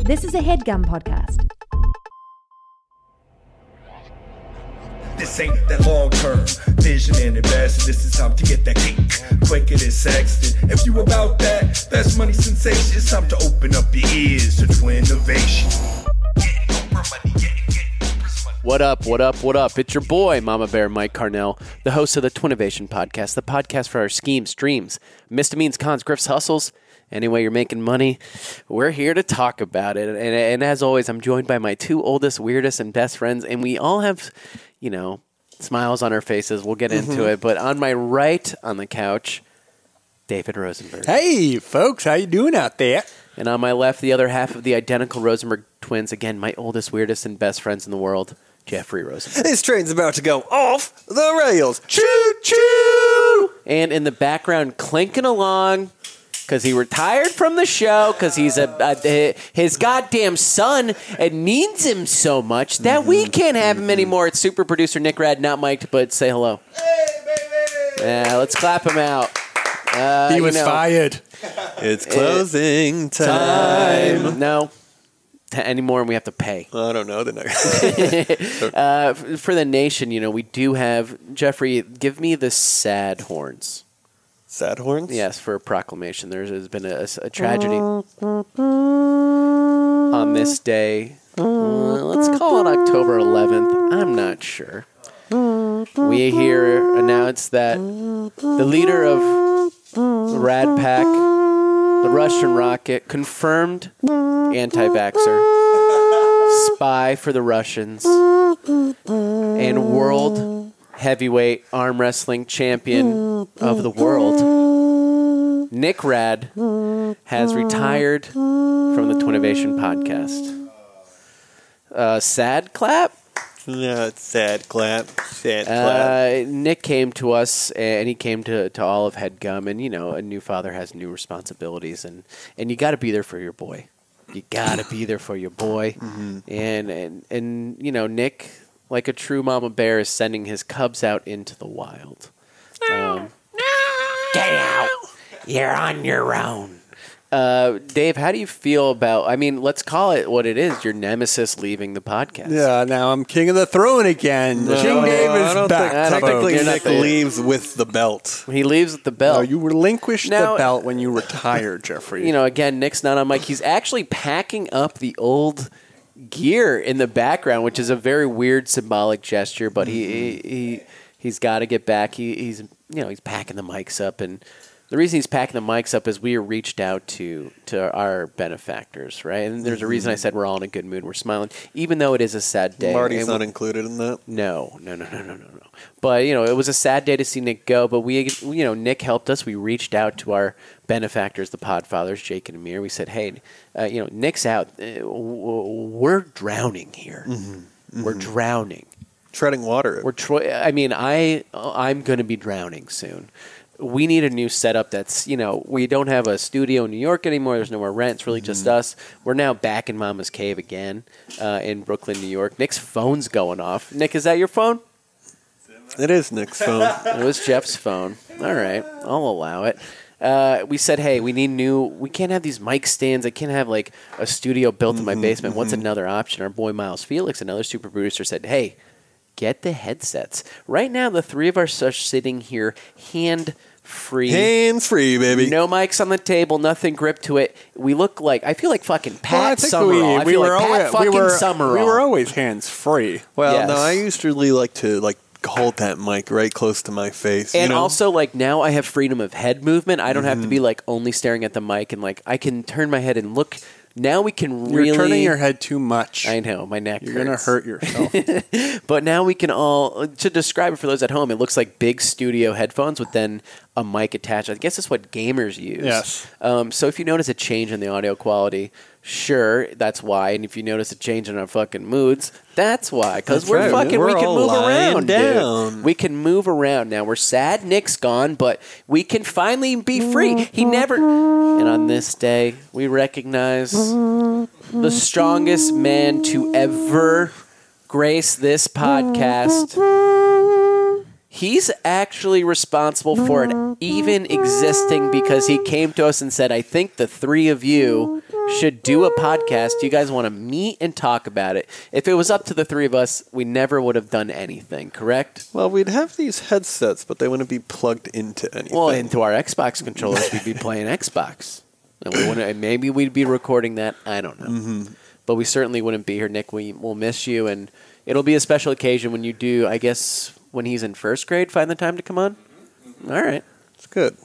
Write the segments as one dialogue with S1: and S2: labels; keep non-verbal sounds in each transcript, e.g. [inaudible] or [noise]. S1: This is a headgum podcast.
S2: This ain't that long term vision and investing. This is time to get that cake quicker than Sexton. If you about that, that's money sensation. It's time to open up your ears to twin innovation. Getting Oprah money, getting, getting Oprah's money.
S3: What up, what up, what up? It's your boy, Mama Bear Mike Carnell, the host of the Twinnovation Podcast, the podcast for our schemes, dreams, misdemeans, cons, grifts, hustles. Any way you're making money, we're here to talk about it. And, and as always, I'm joined by my two oldest, weirdest, and best friends, and we all have, you know, smiles on our faces. We'll get into it. But on my right on the couch, David Rosenberg.
S4: Hey, folks, how you doing out there?
S3: And on my left, the other half of the identical Rosenberg twins, again, my oldest, weirdest, and best friends in the world, Jeffrey Rosenberg.
S4: This train's about to go off the rails. Choo choo!
S3: and in the background clinking along because he retired from the show because he's a, a his goddamn son and needs him so much that we can't have him anymore. It's super producer Nick Rad, not Mike, but say hello. Yeah, let's clap him out. Uh,
S4: He
S3: you
S4: was
S3: know, [laughs]
S4: fired.
S5: It's closing time.
S3: time. No, t- anymore, and we have to pay.
S5: I don't know the next. [laughs]
S3: Uh, f- for the nation, you know, we do have Jeffrey. Give me the sad horns.
S5: Sad horns?
S3: Yes, for a proclamation. There has been a, a tragedy on this day. Uh, let's call it October 11th. I'm not sure. We here announce that the leader of the Rad Pack, the Russian rocket, confirmed anti vaxxer, spy for the Russians, and world heavyweight arm wrestling champion of the world. Nick Rad has retired from the Twinnovation podcast. Uh, sad clap.
S5: Yeah, it's sad clap. Sad clap.
S3: Uh, Nick came to us, and he came to, to all of Headgum, and you know, a new father has new responsibilities, and and you got to be there for your boy. You got to be there for
S4: [laughs]
S3: your boy,
S4: Mm-hmm.
S3: and and and you know, Nick, like a true mama bear, is sending his cubs out into the wild. Um, Get out! You're on your own. Uh, Dave, how do you feel about? I mean, let's call it what it is. Your nemesis leaving the podcast.
S4: Yeah, now I'm king of the throne again. King Dave
S5: I
S4: is
S5: don't
S4: back.
S3: think-
S4: folks.
S5: Technically,
S3: You're not
S5: Nick
S3: the-
S5: leaves with the belt.
S3: He leaves with the belt.
S4: No, you relinquished
S3: Now-
S4: the belt when you retired, Jeffrey.
S3: you know, again, Nick's not on mic. He's actually packing up the old gear in the background, which is a very weird symbolic gesture. But
S5: Mm-hmm.
S3: he he, he he's got to get back. He, he's you know he's packing the mics up, and the reason he's packing the mics up is we reached out to to our benefactors, right? And there's a reason I said we're all in a good mood, we're smiling, even though it is a sad day.
S5: Mm-hmm. Marty's
S3: And
S5: not
S3: we-
S5: included in that.
S3: no, no, no, no, no, no, no. But you know, it was a sad day to see Nick go. But we, you know, Nick helped us. We reached out to our benefactors, the Podfathers, Jake and Amir. We said, "Hey, uh, you know, Nick's out. Uh, w- w- We're drowning here. We're drowning.
S5: Treading water.
S3: We're. Tro- I mean, I, I'm going to be drowning soon." We need a new setup that's, you know, we don't have a studio in New York anymore. There's no more rent. It's really just us. We're now back in Mama's Cave again uh, in Brooklyn, New York. Nick's phone's going off. Nick, is that your phone?
S5: it is
S3: [laughs]
S5: Nick's phone.
S3: It was Jeff's phone. All right, I'll allow it. Uh, we said, hey, we need new. We can't have these mic stands. I can't have like a studio built in my
S4: Mm-hmm,
S3: basement. What's another option? Our boy Miles Felix, another super producer, said, hey, get the headsets. Right now, the three of us are sitting here hand free.
S5: Hands free, baby.
S3: No mics on the table, nothing gripped to it. We look like I feel like fucking Pat
S4: Well, I think
S3: Summerall. I
S4: we, we
S3: feel
S4: were
S3: like Pat
S4: always, we
S3: fucking
S4: were,
S3: Summerall.
S4: we were always hands free.
S5: Well,
S3: Yes.
S5: no, I used to really like to like hold that mic right close to my face. you
S3: and
S5: know?
S3: also like now I have freedom of head movement. I don't have to
S4: Mm-hmm.
S3: be like only staring at the mic and like I can turn my head and look. Now we can
S4: You're
S3: really
S4: turning your head too much.
S3: I know my neck.
S4: You're gonna
S3: hurts.
S4: hurt
S3: [laughs]
S4: yourself.
S3: But now we can all uh, to describe it for those at home. It looks like big studio headphones with then a mic attached. I guess that's what gamers use.
S4: Yes.
S3: Um, so if you notice a change in the audio quality, sure, that's why. And if you notice a change in our fucking moods, that's why. Because
S5: That's
S3: we're
S5: right.
S3: fucking,
S5: We're
S3: we can
S5: all
S3: move
S5: lying
S3: around, dude.
S5: down.
S3: We can move around now. We're sad Nick's gone, but we can finally be free. He never. And on this day, we recognize the strongest man to ever grace this podcast. He's actually responsible for it even existing because he came to us and said, I think the three of you should do a podcast. You guys want to meet and talk about it. If it was up to the three of us, we never would have done anything, correct?
S5: Well, we'd have these headsets, but they wouldn't be plugged into anything.
S3: Well, into our Xbox controllers, we'd be playing Xbox. And we wouldn't, and maybe we'd be recording that. I don't know. But we certainly wouldn't be here, Nick. We will miss you. And it'll be a special occasion when you do, I guess, when he's in first grade, find the time to come on. All right.
S5: it's good.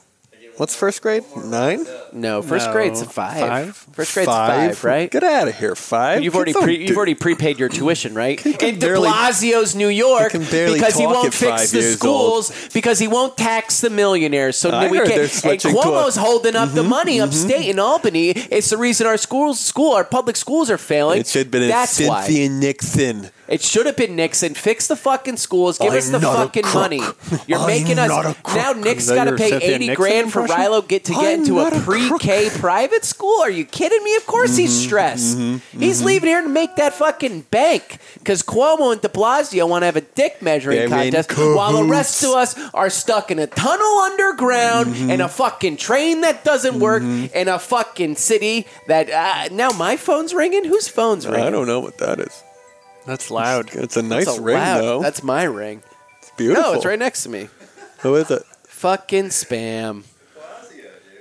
S5: What's first grade? Nine?
S3: No, first
S6: No.
S3: grade's five.
S6: Five?
S3: First grade's five, right?
S5: Get out of here, five.
S3: And you've already
S5: Kids don't
S3: pre- you've
S5: do-
S3: already prepaid your tuition,
S5: [laughs]
S3: right?
S5: can
S3: In De
S5: barely-
S3: Blasio's New York,
S5: can barely
S3: because he
S5: talk
S3: won't
S5: at
S3: fix
S5: five
S3: the
S5: years old.
S3: schools, because he won't tax the millionaires. So
S5: I
S3: we
S5: heard
S3: can't.
S5: they're
S3: And
S5: switching to a- Mm-hmm,
S3: Cuomo's holding up the money upstate in Albany. It's the reason our schools, school, our public schools are failing.
S5: It should have been
S3: That's
S5: Cynthia
S3: why
S5: Nixon.
S3: it should have been Nixon. Fix the fucking schools. Give
S5: I'm
S3: us the
S5: not a
S3: fucking
S5: crook.
S3: money. You're
S5: I'm
S3: making
S5: not a
S3: us
S5: crook.
S3: now. Nick's
S6: Is that
S3: got to
S6: your
S3: pay
S6: Cynthia
S3: eighty
S6: Nixon
S3: grand for
S6: impression?
S3: Rilo get to get
S5: I'm
S3: into a
S5: not a crook. Mm-hmm.
S3: pre-K private school. Are you kidding me? Of course he's stressed. He's leaving here to make that fucking bank because Cuomo and De Blasio want to have a dick measuring
S5: They're in
S3: contest, while the rest of us are stuck in a tunnel underground
S5: Mm-hmm.
S3: and a fucking train that doesn't work and a fucking city that uh, now my phone's ringing. Whose phone's ringing?
S5: I don't know what that is.
S6: That's loud.
S5: It's a nice
S3: That's a
S5: ring,
S3: loud-
S5: though.
S3: That's my ring.
S5: It's beautiful.
S3: No, it's right next to me.
S5: Who is it?
S3: Fucking spam.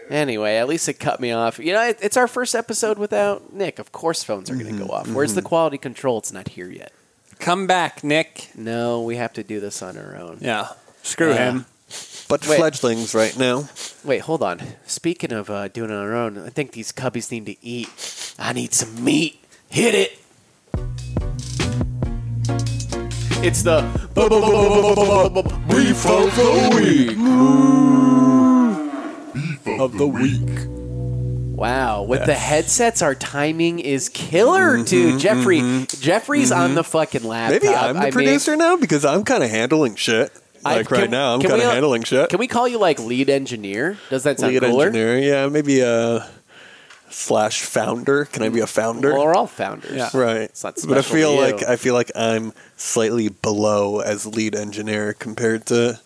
S3: Anyway, at least it cut me off. You know, it, it's our first episode without Nick. Of course, phones are
S5: Mm-hmm,
S3: going to go off. Where's the quality control? It's not here yet.
S6: Come back, Nick.
S3: No, we have to do this on our own.
S6: Yeah. Screw
S3: Yeah.
S6: him.
S5: But
S3: Wait.
S5: fledglings right now.
S3: Wait, hold on. Speaking of uh, doing it on our own, I think these cubbies need to eat. I need some meat. Hit it. It's the
S5: Beef of the week. Of the week.
S3: Wow, with the headsets, our timing is killer, dude. Jeffrey, Jeffrey's on the fucking laptop.
S5: Mm-hmm, Maybe I'm the
S3: Uh, I mean,
S5: producer now because I'm kind of handling shit.
S3: I-
S5: Like
S3: can-
S5: right now, I'm
S3: can we
S5: kind of
S3: all-
S5: handling shit.
S3: Can we call you like lead engineer? Does that sound
S5: lead
S3: cooler?
S5: engineer? Yeah, maybe a slash founder. Can I be a founder?
S3: Well, we're all founders.
S6: Yeah.
S5: right.
S3: It's not
S5: But I
S3: special to
S5: feel
S3: you.
S5: like I feel like I'm slightly below as lead engineer compared to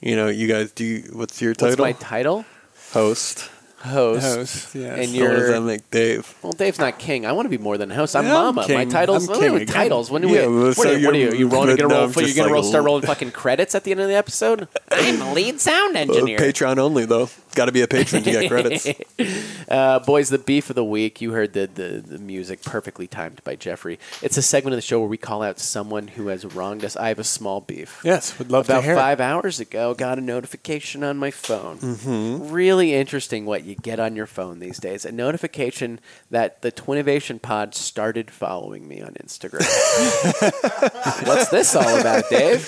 S5: you know you guys. Do you, what's your
S3: What's
S5: title?
S3: my title?
S5: host.
S3: Host.
S6: Host, yes.
S3: And
S5: Or does that
S3: you're.
S5: make Dave?
S3: Well, Dave's not king. I want to be more than a host. I'm
S5: Yeah, I'm
S3: mama. My
S5: king.
S3: titles.
S5: I'm
S3: what are
S5: king.
S3: your titles? When do
S5: Yeah,
S3: we?
S5: well,
S3: what,
S5: so
S3: are, what are you?
S5: you're-
S3: You rolling? Gonna
S5: no,
S3: roll?
S5: I'm
S3: You're
S5: just
S3: gonna roll,
S5: like-
S3: start rolling fucking credits at the end of the
S5: [laughs]
S3: episode. I'm lead sound
S5: Uh,
S3: engineer.
S5: Patreon only though. Got to be a patron to get
S3: [laughs]
S5: credits.
S3: Uh, boys, the beef of the week. You heard the, the, the music perfectly timed by Jeffrey. It's a segment of the show where we call out someone who has wronged us. I have a small beef.
S6: Yes, would love
S3: About
S6: to hear.
S3: five hours ago, got a notification on my phone. Really interesting what you get on your phone these days. A notification that the Twinnovation Pod started following me on Instagram. What's this all about, Dave?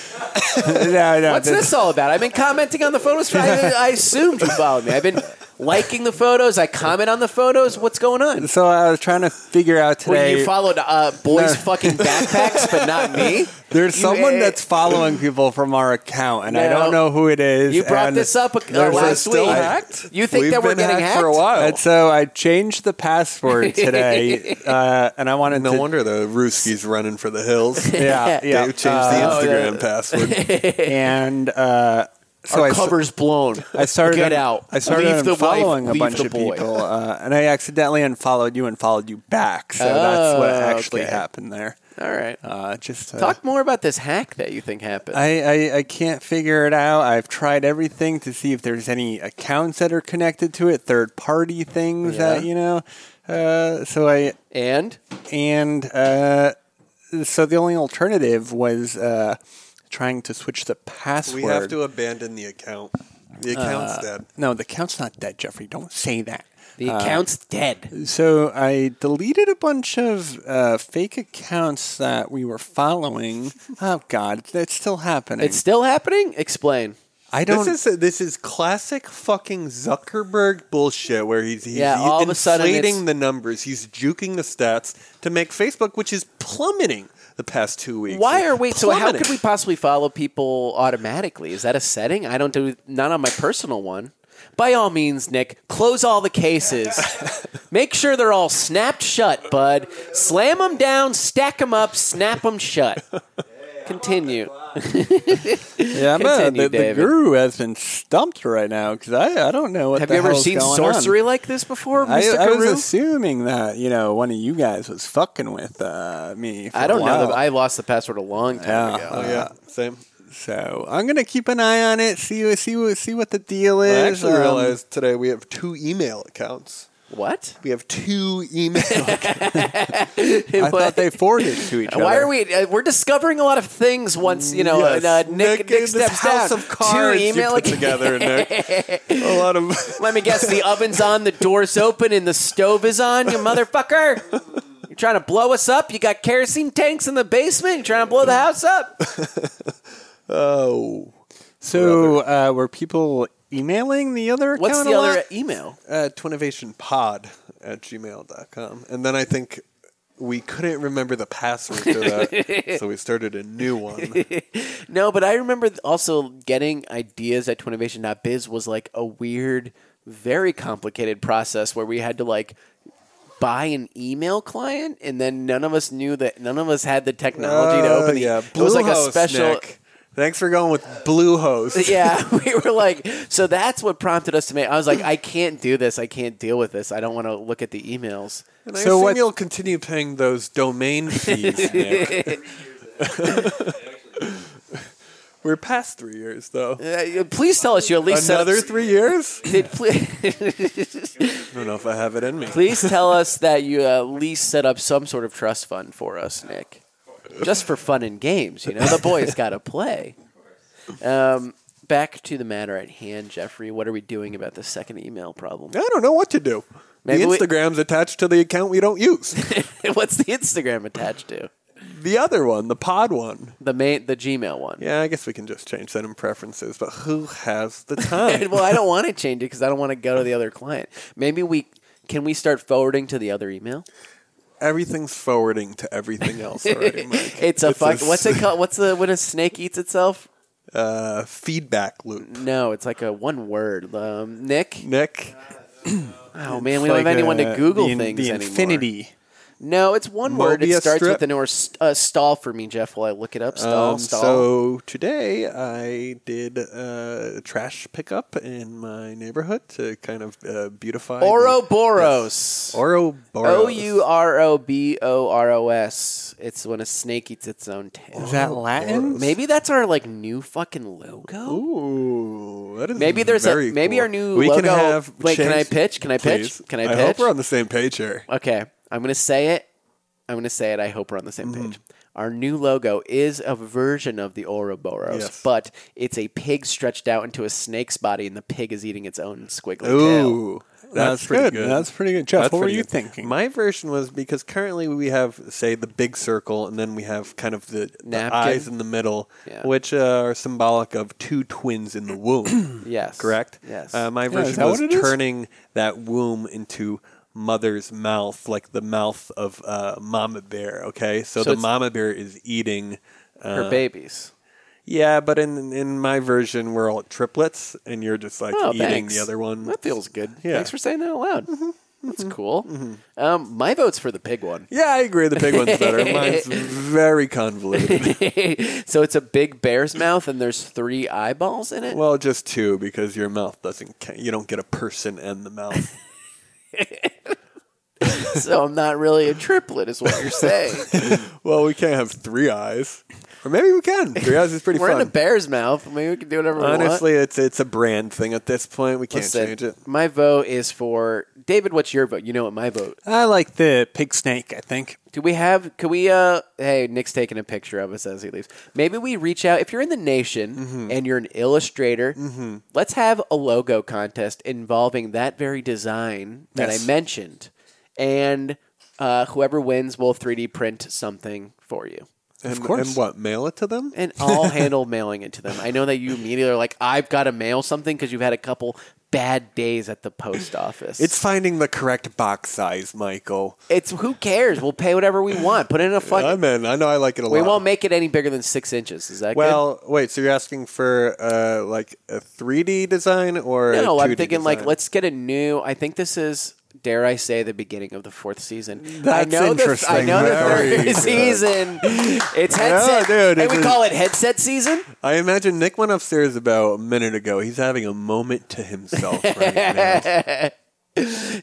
S6: it.
S5: [laughs]
S6: no, no,
S3: What's this all about? I've been commenting on the photos. I, I assumed you followed me. I've been liking the photos. I comment on the photos. What's going on?
S6: So I was trying to figure out
S3: Well,
S6: today.
S3: you followed uh, boys
S6: No.
S3: fucking backpacks, but not me.
S6: There's
S3: You-
S6: someone
S3: eh,
S6: that's following people from our account, and I
S3: No.
S6: don't know who it is.
S3: You brought
S6: and
S3: this up uh,
S6: there's
S3: last
S6: still
S3: week.
S6: hacked?
S3: You think
S5: We've
S3: that we're
S5: been
S3: getting hacked?
S5: hacked for a while.
S6: And so I changed
S5: [laughs]
S6: the password today, uh, and I wanted
S5: No
S6: to.
S5: wonder the Ruski's running for
S3: [laughs]
S5: the hills.
S6: Yeah, yeah.
S5: They changed the Instagram
S3: Oh,
S5: password.
S6: [laughs] and uh, so
S3: Our
S6: I s-
S3: cover's blown.
S6: I started.
S3: Get
S6: un-
S3: out.
S6: I started
S3: Leave the
S6: following
S3: wife.
S6: a
S3: Leave
S6: bunch
S3: the
S6: of
S3: boy.
S6: people,
S3: [laughs]
S6: uh, and I accidentally unfollowed you and followed you back. So that's what
S3: Oh,
S6: actually
S3: okay.
S6: happened there.
S3: All right.
S6: Uh, just uh,
S3: Talk more about this hack that you think happened.
S6: I, I, I can't figure it out. I've tried everything to see if there's any accounts that are connected to it, third party things that
S3: Yeah.
S6: you know. Uh, so I
S3: and
S6: and uh, so the only alternative was uh, trying to switch the
S5: we
S6: password.
S5: have to abandon the account. The
S3: Uh,
S5: account's dead.
S6: No, the account's not dead, Jeffrey. Don't say that. Uh,
S3: the account's dead.
S6: So I deleted a bunch of uh, fake accounts that we were following.
S3: [laughs]
S6: oh God, that's still happening.
S3: It's still happening? Explain.
S6: I don't.
S5: This is this is classic fucking Zuckerberg bullshit where he's, he's,
S3: Yeah,
S5: he's
S3: all of a sudden
S5: inflating
S3: it's-
S5: the numbers, he's juking the stats to make Facebook, which is plummeting the past two weeks.
S3: Why are we? So how
S5: Plummeting.
S3: could we possibly follow people automatically? Is that a setting? I don't do not on my personal one. By all means, Nick, close all the cases. Make sure they're all snapped shut, bud. Slam them down, stack them up, snap them shut. Continue.
S6: Yeah, man,
S3: Continue,
S6: the, the
S3: David.
S6: guru has been stumped right now because I, I don't know what
S3: Have
S6: the
S3: you ever
S6: hell's
S3: seen
S6: going on.
S3: sorcery like this before,
S6: I,
S3: Mister
S6: I was
S3: Guru?
S6: assuming that you know one of you guys was fucking with uh, me. For
S3: I don't
S6: a
S3: know.
S6: while.
S3: That I lost the password a long time
S6: Yeah. uh,
S3: ago.
S5: Oh yeah, same.
S6: so I'm gonna keep an eye on it. See see what see what the deal is.
S5: I actually
S6: Um,
S5: realized today we have two email accounts.
S3: What?
S5: We have two
S3: [laughs]
S5: email. accounts.
S6: I thought they forwarded to each other.
S3: Why are we? Uh, we're discovering a lot of things once you know.
S5: Yes.
S3: and, uh, Nick, Nick,
S5: this
S3: steps
S5: house
S3: down.
S5: of cards
S3: Two email
S5: you put
S3: ac-
S5: together, Nick. A lot of
S3: Let me guess. [laughs] The oven's on, the door's open, and the stove is on. You motherfucker! You're trying to blow us up. You got kerosene tanks in the basement. You're trying to blow the house up.
S5: oh,
S6: So uh, were people emailing the other?
S3: What's
S6: account
S3: the
S6: a
S3: other
S6: lot?
S3: email?
S5: uh, twinnovationpod at gmail.com. and then I think we couldn't remember the password to
S3: [laughs]
S5: that, so we started a new one.
S3: No, but I remember th- also getting ideas at twinnovation.biz was like a weird, very complicated process where we had to like buy an email client and then none of us knew that none of us had the technology to
S5: Oh,
S3: open the
S5: yeah,
S3: it was like a
S5: Bluehost,
S3: special
S5: Nick. Thanks for going with Bluehost.
S3: yeah [laughs] we were like so that's what prompted us to make i was like i can't do this i can't deal with this i don't want to look at the emails
S5: And I
S6: So
S5: assume
S6: what-
S5: you'll continue paying those
S3: [laughs]
S5: domain fees, Nick. We're past three years, though.
S3: Uh, please tell us you at least set up-
S5: Another
S3: [laughs]
S5: three years? I
S3: did, please,
S5: don't know if I have it in me.
S3: Please tell us that you at least set up some sort of trust fund for us, Nick. Just for fun and games, you know. The boys got to play. Um, back to the matter at hand, Jeffrey. What are we doing about the second email problem?
S5: I don't know what to do.
S3: Maybe
S5: the
S3: we-
S5: Instagram's attached to the account we don't use.
S3: [laughs] What's the Instagram attached to?
S5: the other one, the pod one.
S3: The main, the Gmail one.
S5: Yeah, I guess we can just change that in preferences, but who has
S3: [laughs]
S5: the [laughs] time?
S3: well, I don't want to change it because I don't want to go to the other client. Maybe we can we start forwarding to the other email.
S5: Everything's forwarding to everything
S3: [laughs]
S5: else already, Mike.
S3: It's a fuck.
S5: a-
S3: what's it called? What's the when a snake eats itself?
S5: Uh, feedback loop.
S3: No, it's like a one word. Um, Nick.
S5: Nick,
S3: Oh man, we don't have anyone to Google things
S6: uh, the
S3: anymore.
S6: Infinity.
S3: No, it's one word. It
S5: Mobius
S3: starts
S5: strip?
S3: with an or st- uh, stall for me, Jeff. While I look it up, stall,
S5: Um,
S3: stall.
S6: Oh,
S5: So today I did uh, trash pickup in my neighborhood to kind of uh, beautify the-
S3: Ouroboros.
S5: Ouroboros.
S3: O u r o b o r o s. It's when a snake eats its own tail.
S6: Is that Latin?
S3: Maybe that's our like new fucking logo.
S5: Ooh, that is
S3: Maybe there's a-
S5: very
S3: maybe
S5: cool.
S3: our new
S5: we can
S3: logo-
S5: have
S3: Wait, can
S5: change-
S3: I pitch? Can I pitch?
S5: Please.
S3: Can I
S5: I hope
S3: pitch?
S5: we're on the same page here.
S3: Okay, I'm gonna say it. I'm gonna say it. I hope we're on the same
S5: Mm-hmm.
S3: page. Our new logo is a version of the Ouroboros,
S5: Yes.
S3: but it's a pig stretched out into a snake's body, and the pig is eating its own squiggly tail.
S5: Ooh, that's, pretty good.
S6: That's pretty good. Jeff,
S5: That's
S6: what were
S5: pretty
S6: you
S5: good.
S6: thinking?
S5: My version was because currently we have, say, the big circle, and then we have kind of the, the
S3: Napkin?
S5: eyes in the middle,
S3: Yeah.
S5: which uh, are symbolic of two twins in the womb.
S3: Yes,
S5: correct?
S3: Yes.
S5: Uh, my
S6: Yeah, is
S5: version
S6: that
S5: was
S6: what it is?
S5: turning that womb into mother's mouth, like the mouth of uh, mama bear. Okay, so,
S3: So
S5: the
S3: it's-
S5: mama bear is eating. Uh,
S3: Her babies.
S5: yeah, but in in my version, we're all triplets, and you're just like
S3: Oh,
S5: eating
S3: thanks.
S5: the other one.
S3: That feels good.
S5: Yeah. Mm-hmm.
S3: Thanks for saying that out loud. That's cool. Um, my vote's for the pig one. [laughs]
S5: Yeah, I agree. The big one's better. Mine's very convoluted.
S3: so it's a big bear's mouth, and there's three eyeballs in it.
S5: well, just two because your mouth doesn't. ca- You don't get a person and the mouth.
S3: so I'm not really a triplet, is what you're
S5: [laughs]
S3: saying.
S5: well, we can't have three eyes, or maybe we can. Three eyes is pretty
S3: We're in a
S5: fun.
S3: bear's mouth. Maybe we can do whatever we want.
S5: Honestly, it's it's a brand thing at this point. We can't
S3: Listen,
S5: change it.
S3: My vote is for David. What's your vote? You know what my vote.
S6: I like the pig snake. I think.
S3: Do we have? Could we? Uh, hey, Nick's taking a picture of us as he leaves. Maybe we reach out. If you're in the nation
S5: Mm-hmm.
S3: and you're an illustrator, let's have a logo contest involving that very design that I
S6: Yes.
S3: mentioned, and uh, whoever wins will 3D print something for you.
S5: And,
S6: course.
S5: and what? Mail it to them?
S3: And
S5: [laughs]
S3: I'll handle mailing it to them. I know that you immediately are like, I've got to mail something because you've had a couple bad days at the post office.
S5: It's finding the correct box size, Michael.
S3: It's who cares? We'll pay whatever we want. Put it in a fucking.
S5: I'm in. I know I like it a
S3: we
S5: lot.
S3: won't make it any bigger than six inches. Is that
S5: well, wait. So you're asking for uh, like a 3D design or
S3: Good?
S5: a
S3: No,
S5: 2D
S3: I'm thinking like
S5: design?
S3: let's get a new. I think this is dare I say, the beginning of the fourth season.
S5: That's
S3: I know The, I
S5: interesting.
S3: know
S5: Very
S3: the
S5: good.
S3: third season. It's headset.
S5: dude,
S3: and we
S5: it is-
S3: call it headset season.
S5: I imagine Nick went upstairs about a minute ago. He's having a moment to
S3: [laughs]
S5: himself right now.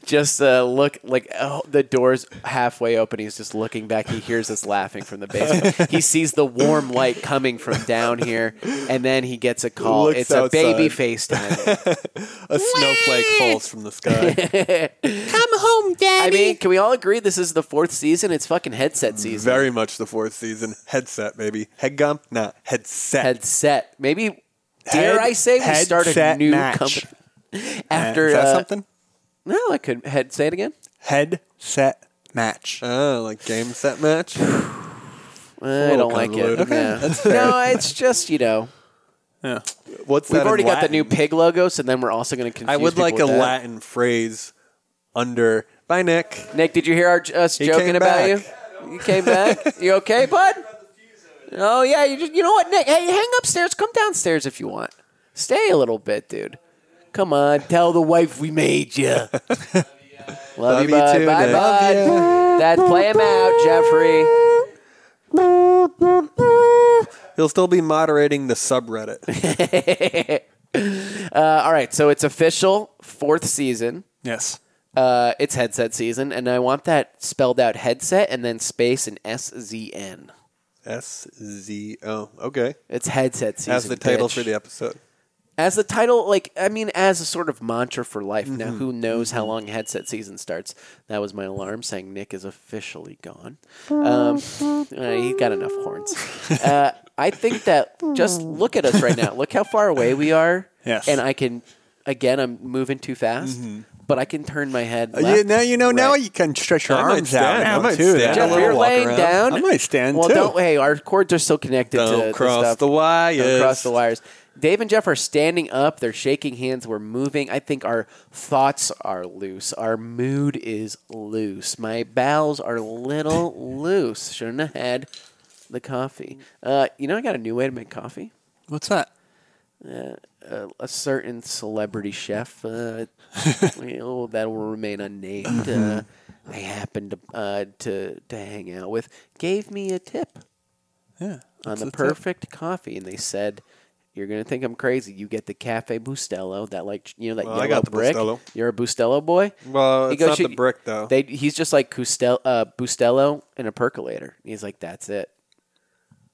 S3: Just uh, look like oh, the door's halfway open. He's just looking back. He hears us laughing from the basement.
S5: [laughs]
S3: he sees the warm light coming from down here, and then he gets a call.
S5: Looks
S3: It's a
S5: outside.
S3: baby FaceTime.
S5: A snowflake falls from the sky.
S3: [laughs] I mean, can we all agree this is the fourth season? It's fucking headset season.
S5: Very much the fourth season. Headset, baby. Head gump? Nah, headset.
S3: headset. Maybe dare
S5: Head-
S3: I say we start a
S5: headset
S3: new
S5: match.
S3: company after
S5: Is that
S3: uh,
S5: something?
S3: No, I could head say it again.
S6: Headset match.
S5: Oh, like game set match?
S3: I don't like it.
S5: convoluted. Okay,
S3: no.
S5: [laughs]
S3: No, it's just you know
S6: Yeah.
S5: What's
S3: we've
S5: that in
S3: already got the
S5: Latin?
S3: new pig logo, so then we're also going to confuse.
S5: I would
S3: people
S5: like a
S3: with that.
S5: Latin phrase under. Bye, Nick.
S3: Nick, did you hear our, us
S5: He
S3: joking
S5: came
S3: about
S5: back.
S3: you? You came back. you
S5: [laughs]
S3: okay, bud? Oh yeah, you just you know what, Nick? Hey, hang upstairs. Come downstairs if you want. Stay a little bit, dude. Come on, tell the wife we made you.
S5: [laughs]
S3: Love, you,
S5: you
S3: bud.
S5: too,
S3: Bye,
S5: Nick.
S3: bud. That's play him out, Jeffrey.
S5: He'll still be moderating the subreddit.
S3: Uh, all right, so it's official fourth season.
S6: Yes.
S3: Uh, it's headset season, and I want that spelled out headset and then space and S Z N.
S5: S Z O. Okay.
S3: It's headset season.
S5: That's the title
S3: bitch.
S5: for the episode.
S3: as the title like i mean as a sort of mantra for life
S6: Mm-hmm.
S3: now who knows how long headset season starts that was my alarm saying nick is officially gone um, uh, he got enough horns uh, i think that just look at us right now look how far away we are
S6: Yes. Mm-hmm.
S3: and i can again i'm moving too fast but i can turn my head
S6: Uh,
S3: left,
S6: you, now you know. Now
S3: right.
S6: you can stretch your
S5: I might
S6: arms out.
S5: stand.
S6: Now
S5: I might
S6: too.
S5: stand.
S6: That
S5: Yeah,
S3: Jeff,
S5: I'll
S3: you're
S5: walk
S3: laying
S5: around.
S3: down.
S6: I might stand,
S3: well,
S6: too.
S3: don't. Hey, our cords are still connected to
S5: Don't
S3: the
S5: cross
S3: stuff.
S5: the wires.
S3: Don't cross the wires. Dave and Jeff are standing up. They're shaking hands. We're moving. I think our thoughts are loose. Our mood is loose. My bowels are a
S5: [laughs]
S3: little loose. Shouldn't have had the coffee. Uh, you know, I got a new way to make coffee.
S6: What's that?
S3: A certain celebrity chef
S5: [laughs]
S3: uh, you know, that will remain unnamed. Uh,
S5: Mm-hmm.
S3: I happened to, uh, to to hang out with gave me a tip.
S6: Yeah.
S3: on the perfect coffee, and they said, "You're gonna think I'm crazy. You get the Cafe Bustelo, that like you know that
S5: Well, I
S3: yellow
S5: got the
S3: brick.
S5: Bustelo.
S3: You're a Bustelo boy.
S5: Well,
S3: He
S5: it's
S3: goes,
S5: not the
S3: "You-
S5: brick, though.
S3: They, he's just like Custel, uh, Bustelo and a percolator. And he's like, that's it.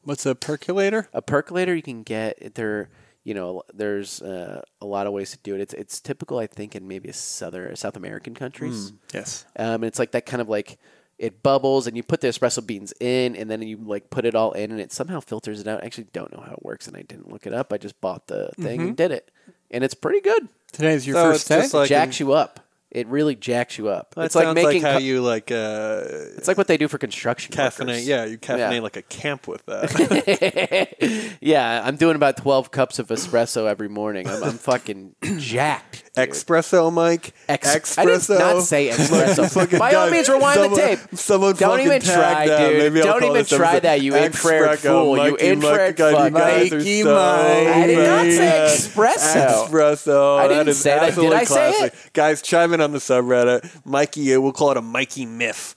S6: What's a percolator?
S3: A percolator you can get there. You know, there's uh, a lot of ways to do it. It's it's typical, I think, in maybe southern South American
S5: Hmm.
S3: countries.
S6: Yes.
S3: Um, and it's like that kind of like it bubbles, and you put the espresso beans in, and then you like put it all in, and it somehow filters it out. I actually don't know how it works, and I didn't look it up. I just bought the thing and did it, and it's pretty good.
S6: Today's your
S5: So
S6: first
S5: Mm-hmm. Oh, it's
S6: day.
S5: just like-
S3: jacks you up. It really jacks you up.
S5: That
S3: it's like
S5: sounds
S3: making.
S5: how
S3: co-
S5: you like uh,
S3: it's like what they do for construction.
S5: caffeinate.
S3: workers.
S5: Yeah, you caffeinate
S3: Yeah.
S5: like a camp
S3: [laughs]
S5: with that.
S3: yeah. I'm doing about twelve cups of espresso every morning. I'm, I'm fucking jacked. dude.
S5: Espresso, Mike.
S3: Ex-
S5: Espresso.
S3: I did not
S5: [laughs]
S3: say espresso.
S5: Fucking
S3: By all
S5: done.
S3: means, rewind
S5: Someone-
S3: the tape.
S5: Someone
S3: Don't
S5: fucking
S3: even
S5: track
S3: try,
S5: that.
S3: dude.
S5: Maybe I'll
S3: Don't
S5: call
S3: even
S5: this
S3: try
S5: episode
S3: that, you infrared
S5: Espresso,
S3: fool. You
S5: Mikey, Mike,
S3: infrared
S5: God, you
S3: fuck.
S5: guys are
S6: Mikey,
S5: so
S6: Mike.
S3: I did not say
S5: bad.
S3: espresso.
S5: Espresso.
S3: I didn't
S5: that is
S3: say that. Did
S5: absolutely
S3: I say
S5: classic. Guys, chime in on the subreddit. Mikey, uh, we'll call it a Mikey myth.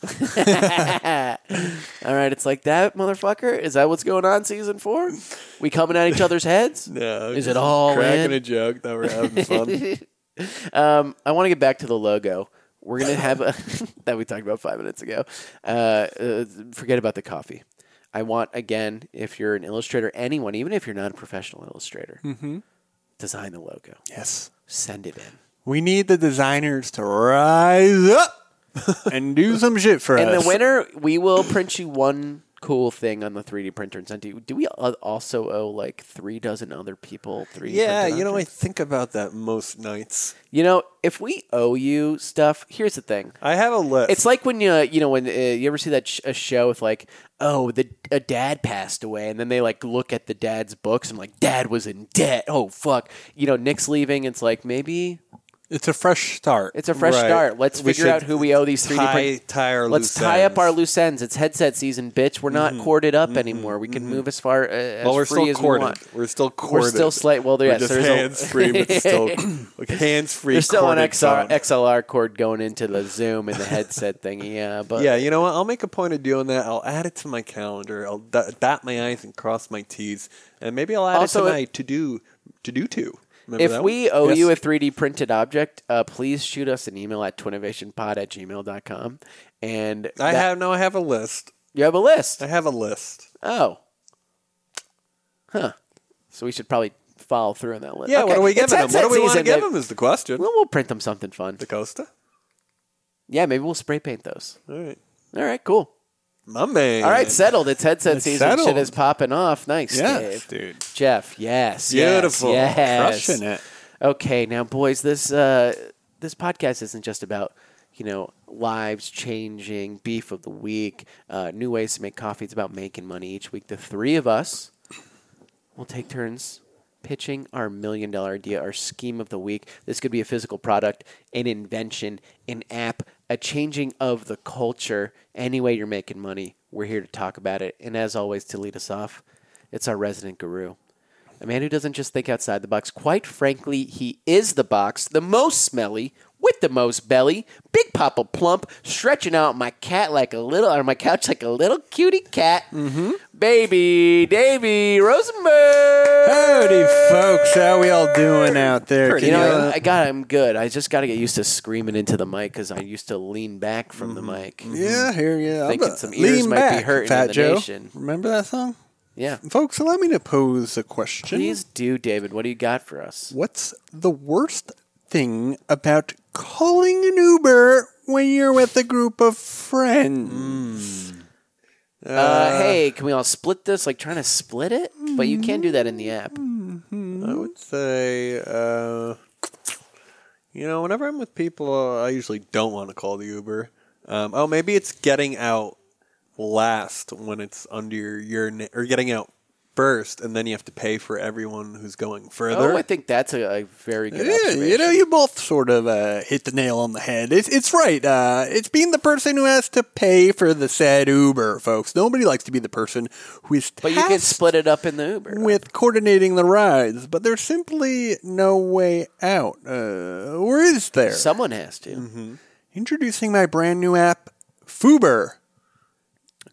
S3: [laughs] All right, it's like that, motherfucker. Is that what's going on, season four? We coming at each other's heads?
S5: [laughs] No,
S3: Is
S5: just
S3: it all
S5: cracking
S3: in?
S5: a joke that we're having fun?
S3: Um, I want to get back to the logo. We're gonna have a [laughs] that we talked about five minutes ago. Uh, uh, forget about the coffee. I want again, if you're an illustrator, anyone, even if you're not a professional illustrator,
S5: Mm-hmm.
S3: design the logo.
S6: [laughs] yes.
S3: Send it in.
S6: We need the designers to
S5: [laughs]
S6: rise up and do some shit for us.
S3: In the winter, we will print you one cool thing on the 3D printer and send to you. Do we al- also owe like three dozen other people 3D?
S5: [laughs] yeah,
S3: printed
S5: you know, I
S3: objects?
S5: think about that most nights.
S3: you know, if we owe you stuff, here's the thing.
S5: I have a list.
S3: It's like when you you know when uh, you ever see that sh- a show with like oh the a dad passed away and then they like look at the dad's books and like dad was in debt oh fuck you know Nick's leaving it's like maybe
S6: It's a fresh start.
S3: It's a fresh
S5: Right.
S3: start. Let's
S5: We
S3: figure
S5: should
S3: out who we owe these 3D
S5: tie-
S3: print-
S5: tie our
S3: Let's
S5: loose
S3: tie up
S5: ends. Mm-hmm.
S3: our loose ends. It's headset season, bitch. We're not corded up anymore. We can move as far uh, as
S5: Well, we're
S3: free
S5: still
S3: as we
S5: corded.
S3: want.
S5: We're still corded.
S3: We're still slight. Well,
S5: We're
S3: yes,
S5: just
S3: there's a-
S5: hands
S3: [laughs]
S5: free, but still like hands free.
S3: There's still an
S5: corded
S3: XR,
S5: phone.
S3: XLR cord going into the Zoom and the headset thing.
S5: [laughs]
S3: Yeah, but
S5: Yeah, you know what? I'll make a point of doing that. I'll add it to my calendar. I'll dot, dot my i's and cross my t's, and maybe I'll add
S3: Also,
S5: it
S3: if-
S5: to my to do to do too. Remember
S3: if
S5: that
S3: we
S5: one?
S3: owe
S5: Yes.
S3: you a 3D printed object, uh, please shoot us an email at twinnovationpod at gmail.com. And
S5: I
S3: that-
S5: have no. I have a list.
S3: you have a list.
S5: I have a list.
S3: Oh. Huh. So we should probably follow through on that list.
S5: Yeah, what
S3: Okay,
S5: are we
S3: it's
S5: giving them? What
S3: headset
S5: do we want to
S3: season,
S5: give
S3: babe.
S5: them? Is the question.
S3: Well, we'll print them something fun.
S5: the Costa.
S3: Yeah, maybe we'll spray paint those.
S5: All right,
S3: All right, cool.
S5: my man.
S3: All right, settled. It's headset
S6: It's
S3: season. Shit
S6: settled.
S3: is popping off. Nice,
S6: Yes,
S3: Dave.
S6: dude.
S3: Jeff, yes.
S5: Beautiful.
S3: Yes, yes.
S6: Crushing it.
S3: Okay, now, boys, this uh, this podcast isn't just about you know lives changing, beef of the week, uh, new ways to make coffee. It's about making money each week. The three of us will take turns pitching our million dollar idea, our scheme of the week. This could be a physical product, an invention, an app, a changing of the culture. Any way you're making money, we're here to talk about it. And as always, to lead us off, it's our resident guru. A man who doesn't just think outside the box. Quite frankly, he is the box, the most smelly, with the most belly, big papa plump, stretching out my cat like a little, or my couch like a little cutie cat. Mm-hmm. Baby Davy Rosenberg.
S6: Howdy, folks. How we all doing out there?
S3: You
S6: Can you-
S3: know, I got. I'm good. I just got to get used to screaming into the mic because I used to lean back from the mic. Mm-hmm.
S6: yeah, here you are.
S3: Thinking
S6: I'm a-
S3: some ears
S6: lean
S3: might be
S6: back,
S3: hurting
S6: Fat
S3: in the
S6: Joe.
S3: nation.
S6: Remember that song?
S3: Yeah.
S6: Folks, allow me to pose a question.
S3: Please do, David. What do you got for us?
S6: What's the worst thing about calling an Uber when you're with a group of friends?
S3: Uh, hey, can we all split this? Like trying to split it, but you can't do that in the app.
S5: I would say, uh, you know, whenever I'm with people, uh, I usually don't want to call the Uber. Um, oh, maybe it's getting out last when it's under your, your na- or getting out first, and then you have to pay for everyone who's going further.
S3: Oh, I think that's a, a very good
S6: Yeah,
S3: observation.
S6: you know, you both sort of uh, hit the nail on the head. It's, it's right. Uh, it's being the person who has to pay for the said Uber, folks. Nobody likes to be the person who is
S3: but you can
S6: tasked
S3: split it up in the Uber.
S6: with coordinating the rides, but there's simply no way out. Uh, or is there?
S3: Someone has to.
S6: Introducing my brand new app, Fuber.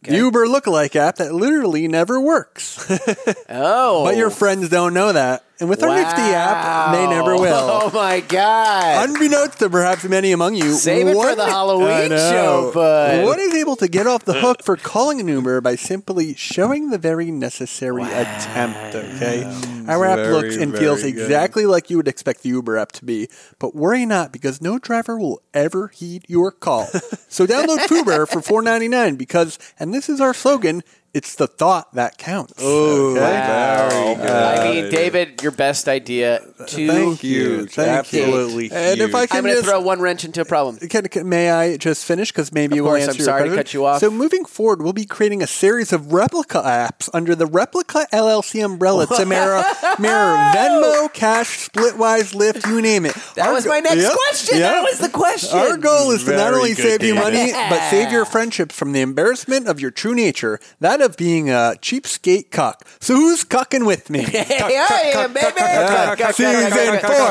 S6: The
S3: Okay.
S6: Uber lookalike app that literally never works.
S3: [laughs] Oh,
S6: But your friends don't know that. And with our nifty app, they never
S3: Wow.
S6: will.
S3: [laughs] Oh my god!
S6: Unbeknownst to perhaps many among you,
S3: Save it for the Halloween
S6: I know.
S3: show, bud.
S6: one is able to get off the hook for calling an Uber by simply showing the very necessary attempt. Okay, our app
S5: Very,
S6: looks and feels
S5: very good.
S6: exactly like you would expect the Uber app to be, but worry not because no driver will ever heed your call. so download Fuber for four ninety nine because, and this is our slogan: it's the thought that counts.
S5: Ooh, very good.
S3: I mean, David, your best idea. To
S6: Thank you.
S5: huge,
S6: Thank
S5: absolutely
S6: you. And if I
S5: huge.
S6: can
S3: I'm going to
S6: just-
S3: throw one wrench into a problem.
S6: Can, can, may I just finish? Because maybe
S3: Of
S6: you will
S3: course,
S6: answer
S3: I'm
S6: your
S3: sorry to
S6: question.
S3: cut you off.
S6: So moving forward, we'll be creating a series of replica apps under the Replica LLC umbrella.
S3: [laughs]
S6: Tamara, Mirror, Venmo, Cash, Splitwise, Lyft, you name it.
S3: That
S6: Our
S3: was
S6: go-
S3: my next
S6: Yep,
S3: question. That
S6: yep.
S3: was the question.
S6: Our goal is to not
S5: Very
S6: only
S5: good,
S6: save you
S5: David.
S6: money, but save your friendships from the embarrassment of your true nature, that of being a cheapskate cuck. So who's cucking
S3: [laughs]
S6: with me?
S3: Hey, I am, baby. Cuck, cuck, cuck, cuck, cuck, cuck,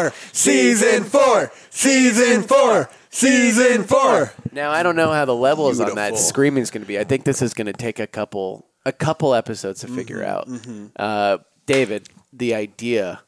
S3: cuck.
S6: season four, season four, season four.
S3: Now I don't know how the level is on that screaming's going to be. I think this is going to take a couple a couple episodes to figure
S6: Mm-hmm,
S3: out. Uh, David, the idea.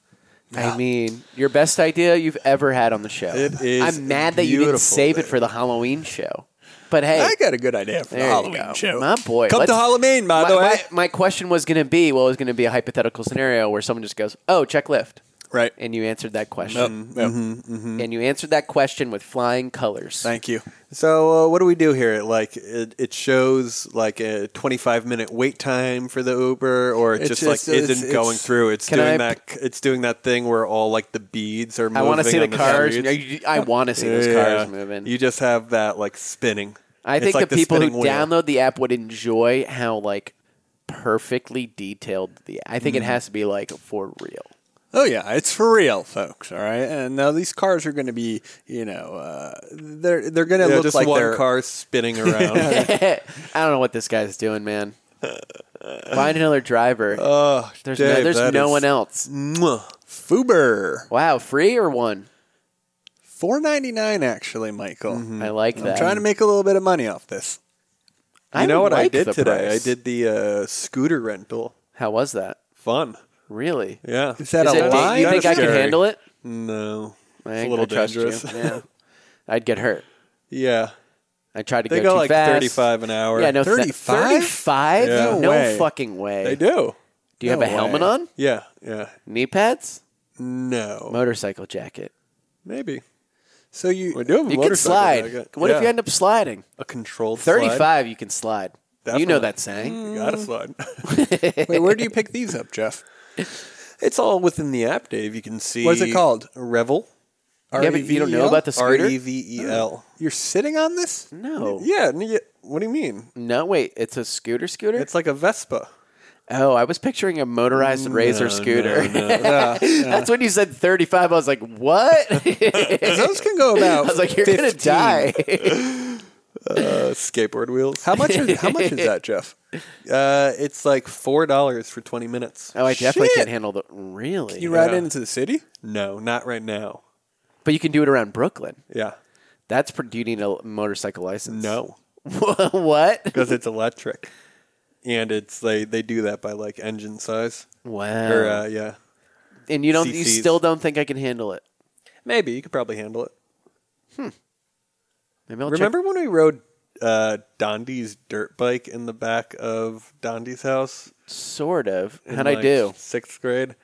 S3: I mean, your best idea you've ever had on the show.
S5: It is
S3: I'm mad that you didn't
S5: beautiful,
S3: save it
S5: David.
S3: for the Halloween show. But hey,
S6: I got a good idea for the
S3: there you
S6: Halloween
S3: go.
S6: show.
S3: My boy,
S6: Come to
S3: let's-
S6: Halloween, by
S3: my,
S6: the way.
S3: my, my question was going to be, well, it was going to be a hypothetical scenario where someone just goes, "Oh, check Lyft,"
S6: right.
S3: and you answered that question,
S6: Mm-hmm,
S3: and you answered that question with flying colors.
S6: Thank you.
S5: So uh, what do we do here? Like it, it shows like a 25 minute wait time for the Uber, or it
S6: It's
S5: just
S6: just-
S5: like
S6: it's-
S5: isn't going
S6: it's-
S5: through. It's
S3: Can
S5: doing
S3: I-
S5: that. It's doing that thing where all like the beads are. Moving
S3: I want to see the
S5: on
S3: cars.
S5: streets.
S3: I want to see those
S5: Yeah.
S3: cars moving.
S5: You just have that like spinning.
S3: I
S5: It's
S3: think
S5: like
S3: the people who
S5: spinning wheel.
S3: download the app would enjoy
S5: Mm-hmm.
S3: how like perfectly detailed the. I think it has to be like for real. [laughs]
S6: Oh yeah, it's for real, folks. All right, and now these cars are going to be, you know, uh, they're they're going to
S5: Yeah,
S6: look
S5: just
S6: like
S5: one
S6: they're
S5: car
S3: [laughs]
S5: spinning around.
S3: I don't know what this guy's doing, man. Find another driver.
S5: [laughs] oh,
S3: there's no,
S5: Dave,
S3: there's
S5: that
S3: no
S5: is-
S3: one else.
S5: Mwah.
S6: Fuber
S3: Wow, free or one?
S6: four ninety nine actually, Michael.
S5: Mm.
S3: I like that.
S6: I'm trying to make a little bit of money off this.
S5: You know what I
S3: like
S5: did
S3: the
S5: today?
S3: price.
S5: I did the uh, scooter rental.
S3: How was that?
S5: Fun.
S3: Really?
S5: Yeah.
S6: Is that
S3: Is
S6: a
S3: it-
S6: lie?
S3: do you think I can
S5: Scary.
S3: handle it?
S5: No.
S3: I
S5: It's
S3: think
S5: a little
S3: I trust you.
S5: dangerous.
S3: Yeah. I'd get hurt.
S5: [laughs] yeah.
S3: I tried to
S5: They
S3: go,
S5: go
S3: too
S5: like
S3: fast.
S5: 35 an hour.
S3: Yeah, no,
S6: 35?
S3: 35?
S5: Yeah.
S3: No
S6: way.
S3: fucking way.
S5: They do.
S3: Do you have
S6: No
S3: a helmet
S6: way.
S3: on?
S5: Yeah. Yeah.
S3: Knee pads?
S5: No.
S3: Motorcycle jacket.
S5: Maybe.
S6: So you
S5: We do have a
S3: You
S5: motorcycle
S3: could slide.
S5: jacket.
S3: What
S5: Yeah.
S3: if you end up sliding?
S5: a controlled
S3: 35,
S5: slide?
S3: you can slide. You
S5: Definitely.
S3: know that saying.
S5: You gotta slide. [laughs]
S6: wait, where do you pick these up, Jeff?
S5: it's all within the app, Dave. You can see.
S6: What is it called?
S5: Revel.
S3: Yeah, but you don't know about the
S5: R
S3: scooter? Oh.
S5: E V E L.
S6: You're sitting on this?
S3: No. Mm.
S5: Yeah. n- yeah, What do you mean?
S3: No, wait. It's a scooter scooter?
S5: It's like
S3: [laughs]
S5: a Vespa.
S3: oh, I was picturing a motorized Razor scooter. [laughs] That's when you said 35. I was like,
S5: [laughs]
S3: what? [laughs] [laughs] I
S6: Those can go about.
S3: was like, you're going to
S6: 15.
S3: die. [laughs]
S5: Uh, skateboard wheels.
S6: How much? Is, how much
S3: [laughs]
S6: is that, Jeff?
S5: Uh, it's like four dollars for twenty minutes.
S3: oh, I definitely
S6: Shit.
S3: can't handle the. Really?
S6: You ride
S5: Yeah.
S6: into the city?
S5: No, not right now.
S3: but you can do it around Brooklyn.
S5: Yeah.
S3: That's for, do you need a motorcycle license?
S5: No,
S3: [laughs] what?
S5: because it's electric, and it's they they do that by like engine size.
S3: Wow.
S5: Or uh, yeah,
S3: and you don't, you
S5: CCs.
S3: still don't think I can handle it?
S5: maybe you could probably handle it.
S3: Maybe I'll check-
S5: Remember when we rode uh, Dondi's dirt bike in the back of Dondi's house?
S3: sort of.
S5: in,
S3: How'd I
S5: like,
S3: do?
S5: Sixth grade.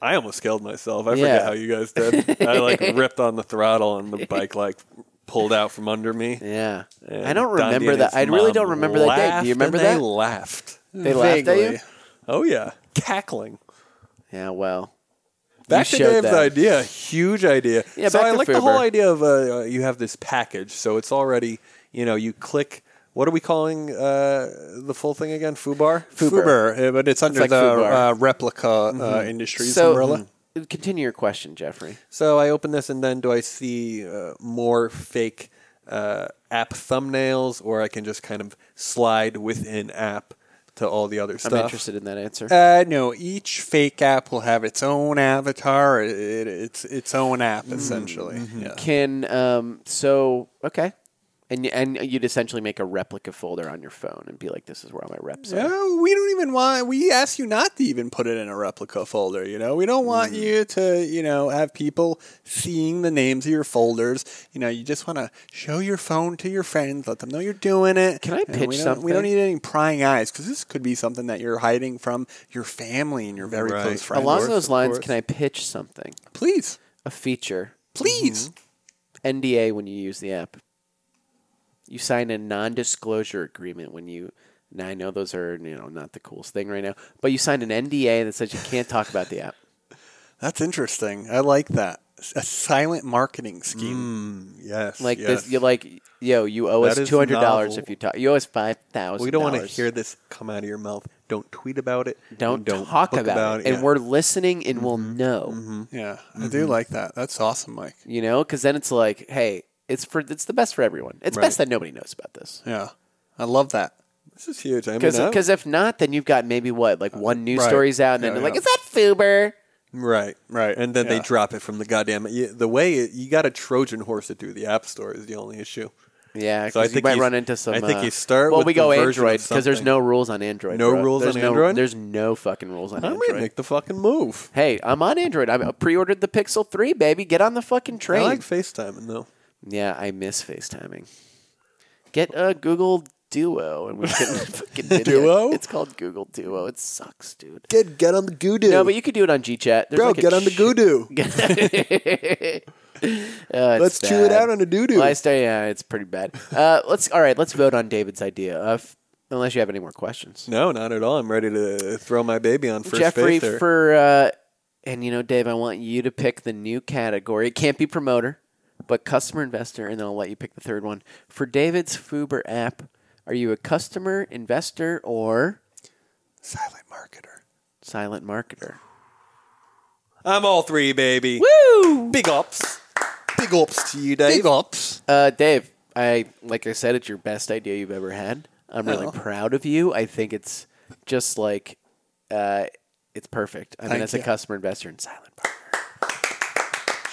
S5: I almost killed myself.
S3: Yeah.
S5: I forget how you guys did.
S3: [laughs]
S5: I like ripped on the throttle and the bike like pulled out from under me.
S3: Yeah, I
S5: And
S3: don't
S5: Dondi
S3: remember
S5: and
S3: that.
S5: his
S3: I really
S5: mom
S3: don't remember that day.
S5: laughed
S3: Do you remember
S5: and
S3: that?
S5: They laughed.
S3: They laughed at you.
S6: Vaguely.
S5: Oh yeah, cackling.
S3: Yeah, well,
S5: Back
S3: You
S5: to
S3: showed
S5: Dave's
S3: that.
S5: idea, huge idea.
S3: Yeah,
S5: so
S3: back
S5: I
S3: to
S5: like the whole
S3: Fuber.
S5: idea of uh, uh, you have this package, so it's already you know you click. What are we calling uh, the full thing again? Fubar.
S6: Fuber, uh, but it's under
S3: like
S6: the
S3: Fubar.
S6: uh, replica uh, industries
S3: Mm-hmm. so
S6: umbrella.
S3: Mm. continue your question, Jeffrey.
S5: So I open this, and then do I see uh, more fake uh, app thumbnails, or I can just kind of slide within app to all the other stuff?
S3: I'm interested in that answer.
S6: Uh, no, each fake app will have its own avatar. It, it- it's its own
S3: Mm-hmm.
S6: app essentially. Yeah.
S3: Can um, so okay, and y- and you'd essentially make a replica folder on your phone and be like, this is where all my reps are.
S6: No, we don't even want. We ask you not to even put it in a replica folder. You know, we don't
S3: Mm-hmm.
S6: want you to, you know, have people seeing the names of your folders. You know, you just want to show your phone to your friends, let them know you're doing it.
S3: Can I
S6: And
S3: pitch
S6: we don't, We
S3: something?
S6: don't need any prying eyes because this could be something that you're hiding from your family and your very
S5: Right.
S6: close friends.
S3: Along
S5: course,
S3: those
S5: of
S3: lines,
S5: course.
S3: can I pitch something?
S6: please,
S3: A feature
S6: please.
S3: Mm-hmm. NDA when you use the app. You sign a non-disclosure agreement when you. Now I know those are you know not the coolest thing right now, but you signed an NDA that says you can't talk about the app.
S5: [laughs]
S6: That's interesting. I like that. A silent marketing scheme.
S5: Yes.
S3: Like
S5: yes.
S3: this, you like yo, you owe
S5: That
S3: us
S5: is
S3: two hundred dollars
S5: novel.
S3: if you talk. You owe us five thousand.
S5: We don't want to hear this come out of your mouth. Don't tweet about it.
S3: Don't,
S5: and don't
S3: talk
S5: book
S3: about, it. And
S5: yeah. Mm-hmm.
S3: we're listening, and we'll know.
S6: Yeah, I
S3: Mm-hmm.
S6: do like that. That's awesome, Mike.
S3: You know, because then it's like, hey, it's for it's the best for everyone. It's best that nobody knows about this.
S6: Yeah, I love that.
S5: this is huge. I mean, I-
S3: Because if not, then you've got maybe what like one news
S5: right.
S3: story's out, and then
S5: Yeah,
S3: they're like,
S5: yeah.
S3: is that Fuber?
S5: right, right, and then they
S6: Yeah.
S5: drop it from the goddamn. You, the way it, you got a Trojan horse it through the App Store is the only issue.
S3: Yeah,
S5: So I
S3: 'cause you
S5: think
S3: might
S5: you-
S3: run into some.
S5: I think
S3: uh,
S5: you start
S3: Well,
S5: with
S3: we
S5: the
S3: go
S5: version of
S3: Android because there's
S5: something.
S3: no rules on Android.
S5: No
S3: bro.
S5: rules
S3: There's
S5: on
S3: no-
S5: Android?
S3: There's no fucking rules on
S5: I
S3: Android.
S5: might make the fucking move.
S3: hey, I'm on Android. I'm- I pre-ordered the Pixel Three, baby. Get on the fucking train.
S5: I like FaceTiming though.
S3: yeah, I miss FaceTiming. Get a Google Duo, and we
S5: [laughs]
S3: can fucking did it.
S5: Duo?
S3: It's called Google Duo. It sucks, dude.
S5: Get get on the Goodoo.
S3: No, but you could do it on GChat. There's
S5: bro,
S3: like a
S5: get on the
S3: ch-
S5: Goodoo.
S3: [laughs] Uh,
S5: Let's
S3: Oh, it's
S5: chew it
S3: bad.
S5: out on a doo doo.
S3: Last day, yeah, it's pretty bad. Uh, let's all right. Let's vote on David's idea. Uh, f- unless you have any more questions,
S5: No, not at all. I'm ready to throw my baby on first
S3: Jeffrey.
S5: base there.
S3: For uh, and you know, Dave, I want you to pick the new category. It can't be promoter, but customer investor, and then I'll let you pick the third one for David's Fuber app. Are you a customer investor or
S6: Silent marketer.
S3: silent marketer?
S5: I'm all three, baby.
S3: Woo!
S5: Big ups.
S6: Big ups to you, Dave. Big ups.
S3: Uh, Dave, I like I said, it's your best idea you've ever had. I'm
S6: Oh.
S3: really proud of you. I think it's just like uh, it's perfect. I mean,
S6: Thank
S3: as a
S6: you.
S3: customer investor in Silent Partner.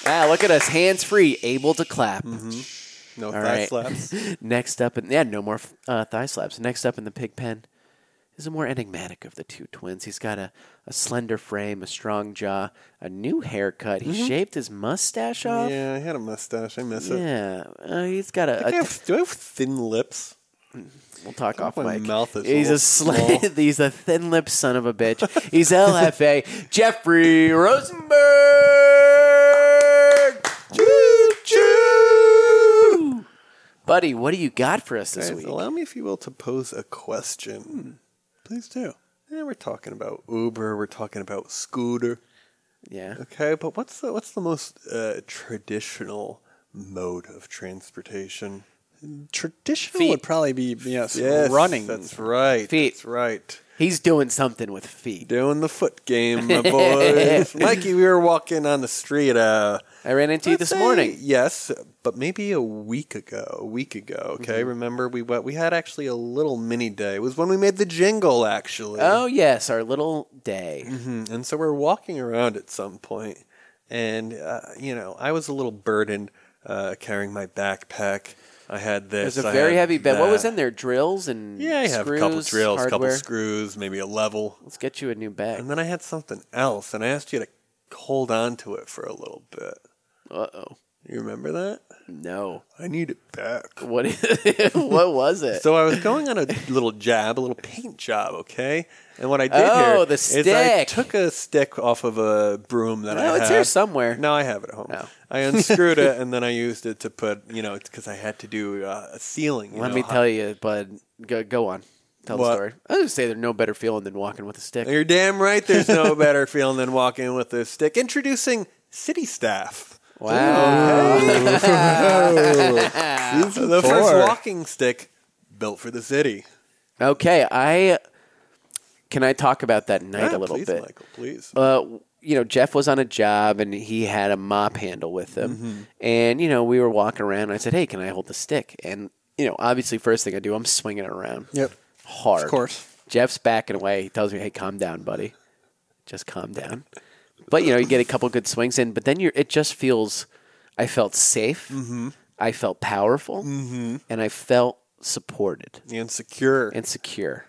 S3: ah, look at us, hands free, able to clap.
S6: Mm-hmm.
S5: No
S3: All
S5: thigh
S3: right.
S5: slaps.
S3: Next up, in, yeah, no more uh, thigh slaps. Next up in the pig pen is a more enigmatic of the two twins. He's got a, a slender frame, a strong jaw, a new haircut. He
S6: Mm-hmm.
S3: shaved his mustache off.
S5: [laughs] Yeah, I had a mustache. I miss it.
S3: Yeah, uh, he's got a.
S5: I
S3: a
S5: have, do I have thin lips?
S3: we'll talk off
S5: my
S3: mic.
S5: mouth is
S3: he's
S5: all
S3: a sl- [laughs] he's a thin-lipped son of a bitch. He's
S5: [laughs]
S3: LFA Jeffrey Rosenberg. Choo choo, buddy. What do you got for us this
S5: Guys,
S3: week?
S5: allow me, if you will, to pose a question.
S6: Hmm. Please do.
S5: Yeah, we're talking about Uber. We're talking about Scooter.
S3: Yeah,
S5: Okay, but what's the what's the most uh, traditional mode of transportation?
S6: Traditional
S3: Feet.
S6: would probably be yes, running.
S5: That's right.
S3: Feet.
S5: That's right.
S3: he's doing something with feet.
S5: Doing the foot
S3: [laughs]
S5: game, my boys. Mikey, we were walking on the street. Uh,
S3: I ran into you
S5: I'd
S3: this
S5: say
S3: morning.
S5: Yes, but maybe a week ago. A week ago. Okay,
S3: Mm-hmm.
S5: remember we went, we had actually a little mini day. It was when we made the jingle actually.
S3: Oh yes, our little day.
S5: Mhm. And so we're walking around at some point, and uh, you know I was a little burdened uh, carrying my backpack. I had
S3: It
S5: this.
S3: was a
S5: I
S3: very
S5: had
S3: heavy bed. What was
S5: that.
S3: in there? Drills and
S5: Yeah, I have
S3: screws,
S5: a couple drills, a couple
S3: hardware?
S5: screws, maybe a level.
S3: Let's get you a new
S5: And
S3: bag.
S5: then I had something else, and I asked you to hold on to it for a little bit.
S3: Uh oh,
S5: You remember that?
S3: no.
S5: I need it back.
S3: What? [laughs] what was it?
S5: So I was going on a little jab, a little paint job, okay? And what I did
S3: Oh,
S5: here
S3: the
S5: is I
S3: stick.
S5: took a stick off of a broom that I
S3: No,
S5: had.
S3: it's here somewhere.
S5: No, I have it at home.
S3: Oh.
S5: I unscrewed
S3: [laughs]
S5: it and then I used it to put, you know, because I had to do uh, a ceiling. you
S3: Let
S5: know,
S3: me
S5: hot-
S3: tell you, bud. Go, go on. Tell
S5: What?
S3: the story. I would say there's no better feeling than walking with a stick.
S5: You're damn right. There's
S3: [laughs]
S5: no better feeling than walking with a stick. Introducing city staff.
S3: wow.
S5: The first walking stick built for the city.
S3: Okay, I can I talk about that night
S5: Yeah,
S3: a little
S5: Ah, please,
S3: bit.
S5: Michael, please.
S3: uh, you know, Jeff was on a job and he had a mop handle with him.
S6: Mm-hmm.
S3: And, you know, we were walking around and I said, hey, can I hold the stick? And, you know, obviously, first thing I do, I'm swinging it around.
S6: Yep.
S3: Hard.
S6: Of course.
S3: Jeff's backing away. He tells me, hey, calm down, buddy. Just calm down. But, you know, you get a couple good swings in, but then you're, it just feels, I felt safe.
S6: Mm-hmm.
S3: I felt powerful. And I felt supported
S5: The insecure.
S3: and secure.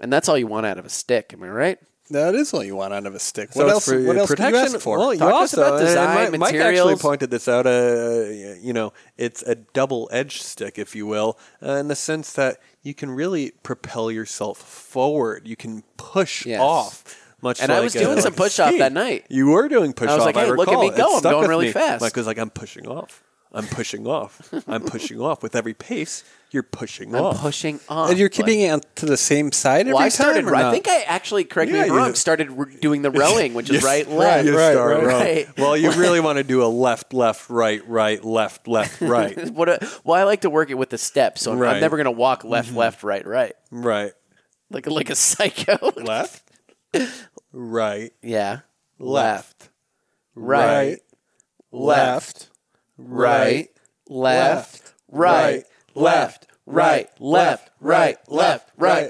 S3: And that's all you want out of a stick. Am I right?
S6: That is all you want out of a stick.
S5: So
S6: what
S5: it's
S6: else?
S5: for
S6: What
S3: uh,
S5: your
S6: else could you
S5: protection?
S6: ask for?
S5: Well, you
S3: Talk to us
S5: also
S3: about
S5: and- and
S3: design,
S5: Mi- Mike, actually
S3: materials.
S5: pointed this out. Uh, you know, it's a double-edged stick, if you will, uh, in the sense that you can really propel yourself forward. You can push
S3: Yes.
S5: off. Much
S3: And I
S5: like
S3: was
S5: a-
S3: doing
S5: like
S3: some
S5: a
S3: push-off
S5: ski.
S3: that night.
S5: You were doing push off.
S3: was like, "Hey, look at
S5: recall.
S3: me
S5: It
S3: go. I'm
S5: stuck
S3: going
S5: with
S3: really
S5: me.
S3: fast.
S5: Mike was like, "I'm pushing off. I'm pushing off. I'm pushing off." With every pace, you're pushing
S3: I'm
S5: off.
S3: pushing on.
S6: And you're keeping it on to the same side every
S3: Well, I
S6: time.
S3: started.
S6: or
S3: I
S6: not?
S3: think I actually, correct me
S5: Yeah,
S3: if
S5: you-
S3: I'm wrong, started r doing the rowing, which is
S5: Yes,
S3: right, left.
S5: you
S6: right,
S5: start
S6: right,
S3: [laughs]
S5: wrong.
S3: right.
S5: Well, you really want to do a left, left, right, right,
S3: [laughs]
S5: left, left, right,
S3: What a, well, I like to work it with the steps, so I'm, I'm
S5: Right.
S3: never going to walk left, left, right, right,
S5: right,
S3: like like a [laughs] psycho.
S5: left, right,
S3: yeah,
S5: left,
S3: right, left, right, left, right, left, right, left, right, left, right,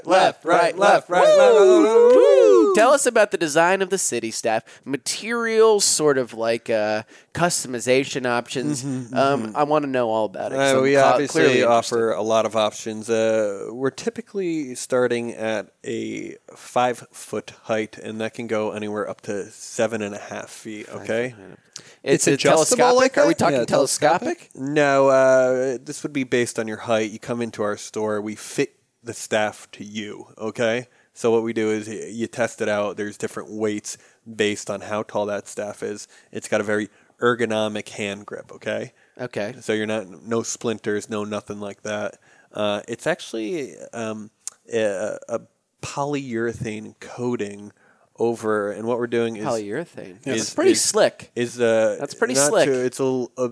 S3: left, right, left, right. Woo! Tell us about the design of the city staff, materials, sort of like uh, customization options. Um, I want to know all about it. 'cause
S5: Uh,
S3: I'm
S5: we
S3: ca-
S5: obviously
S3: clearly
S5: offer a lot of options. Uh, we're typically starting at a five foot height, and that can go anywhere up to seven and a half feet. Okay.
S3: interested. It's,
S6: It's
S3: a
S6: adjustable
S3: telescopic.
S6: like
S3: Are we
S6: that?
S3: talking
S6: Yeah,
S3: telescopic?
S5: No, uh, this would be based on your height. You come into our store, we fit the staff to you, okay? So what we do is y- you test it out. There's different weights based on how tall that staff is. It's got a very ergonomic hand grip, okay?
S3: Okay.
S5: So you're not no splinters, no nothing like that. Uh, it's actually um, a, a polyurethane coating over, and what we're doing is
S3: Polyurethane.
S5: is-
S3: It's pretty
S5: is-
S3: slick.
S5: [laughs] is uh
S3: That's pretty
S5: not
S3: slick.
S5: to- it's a, l- a-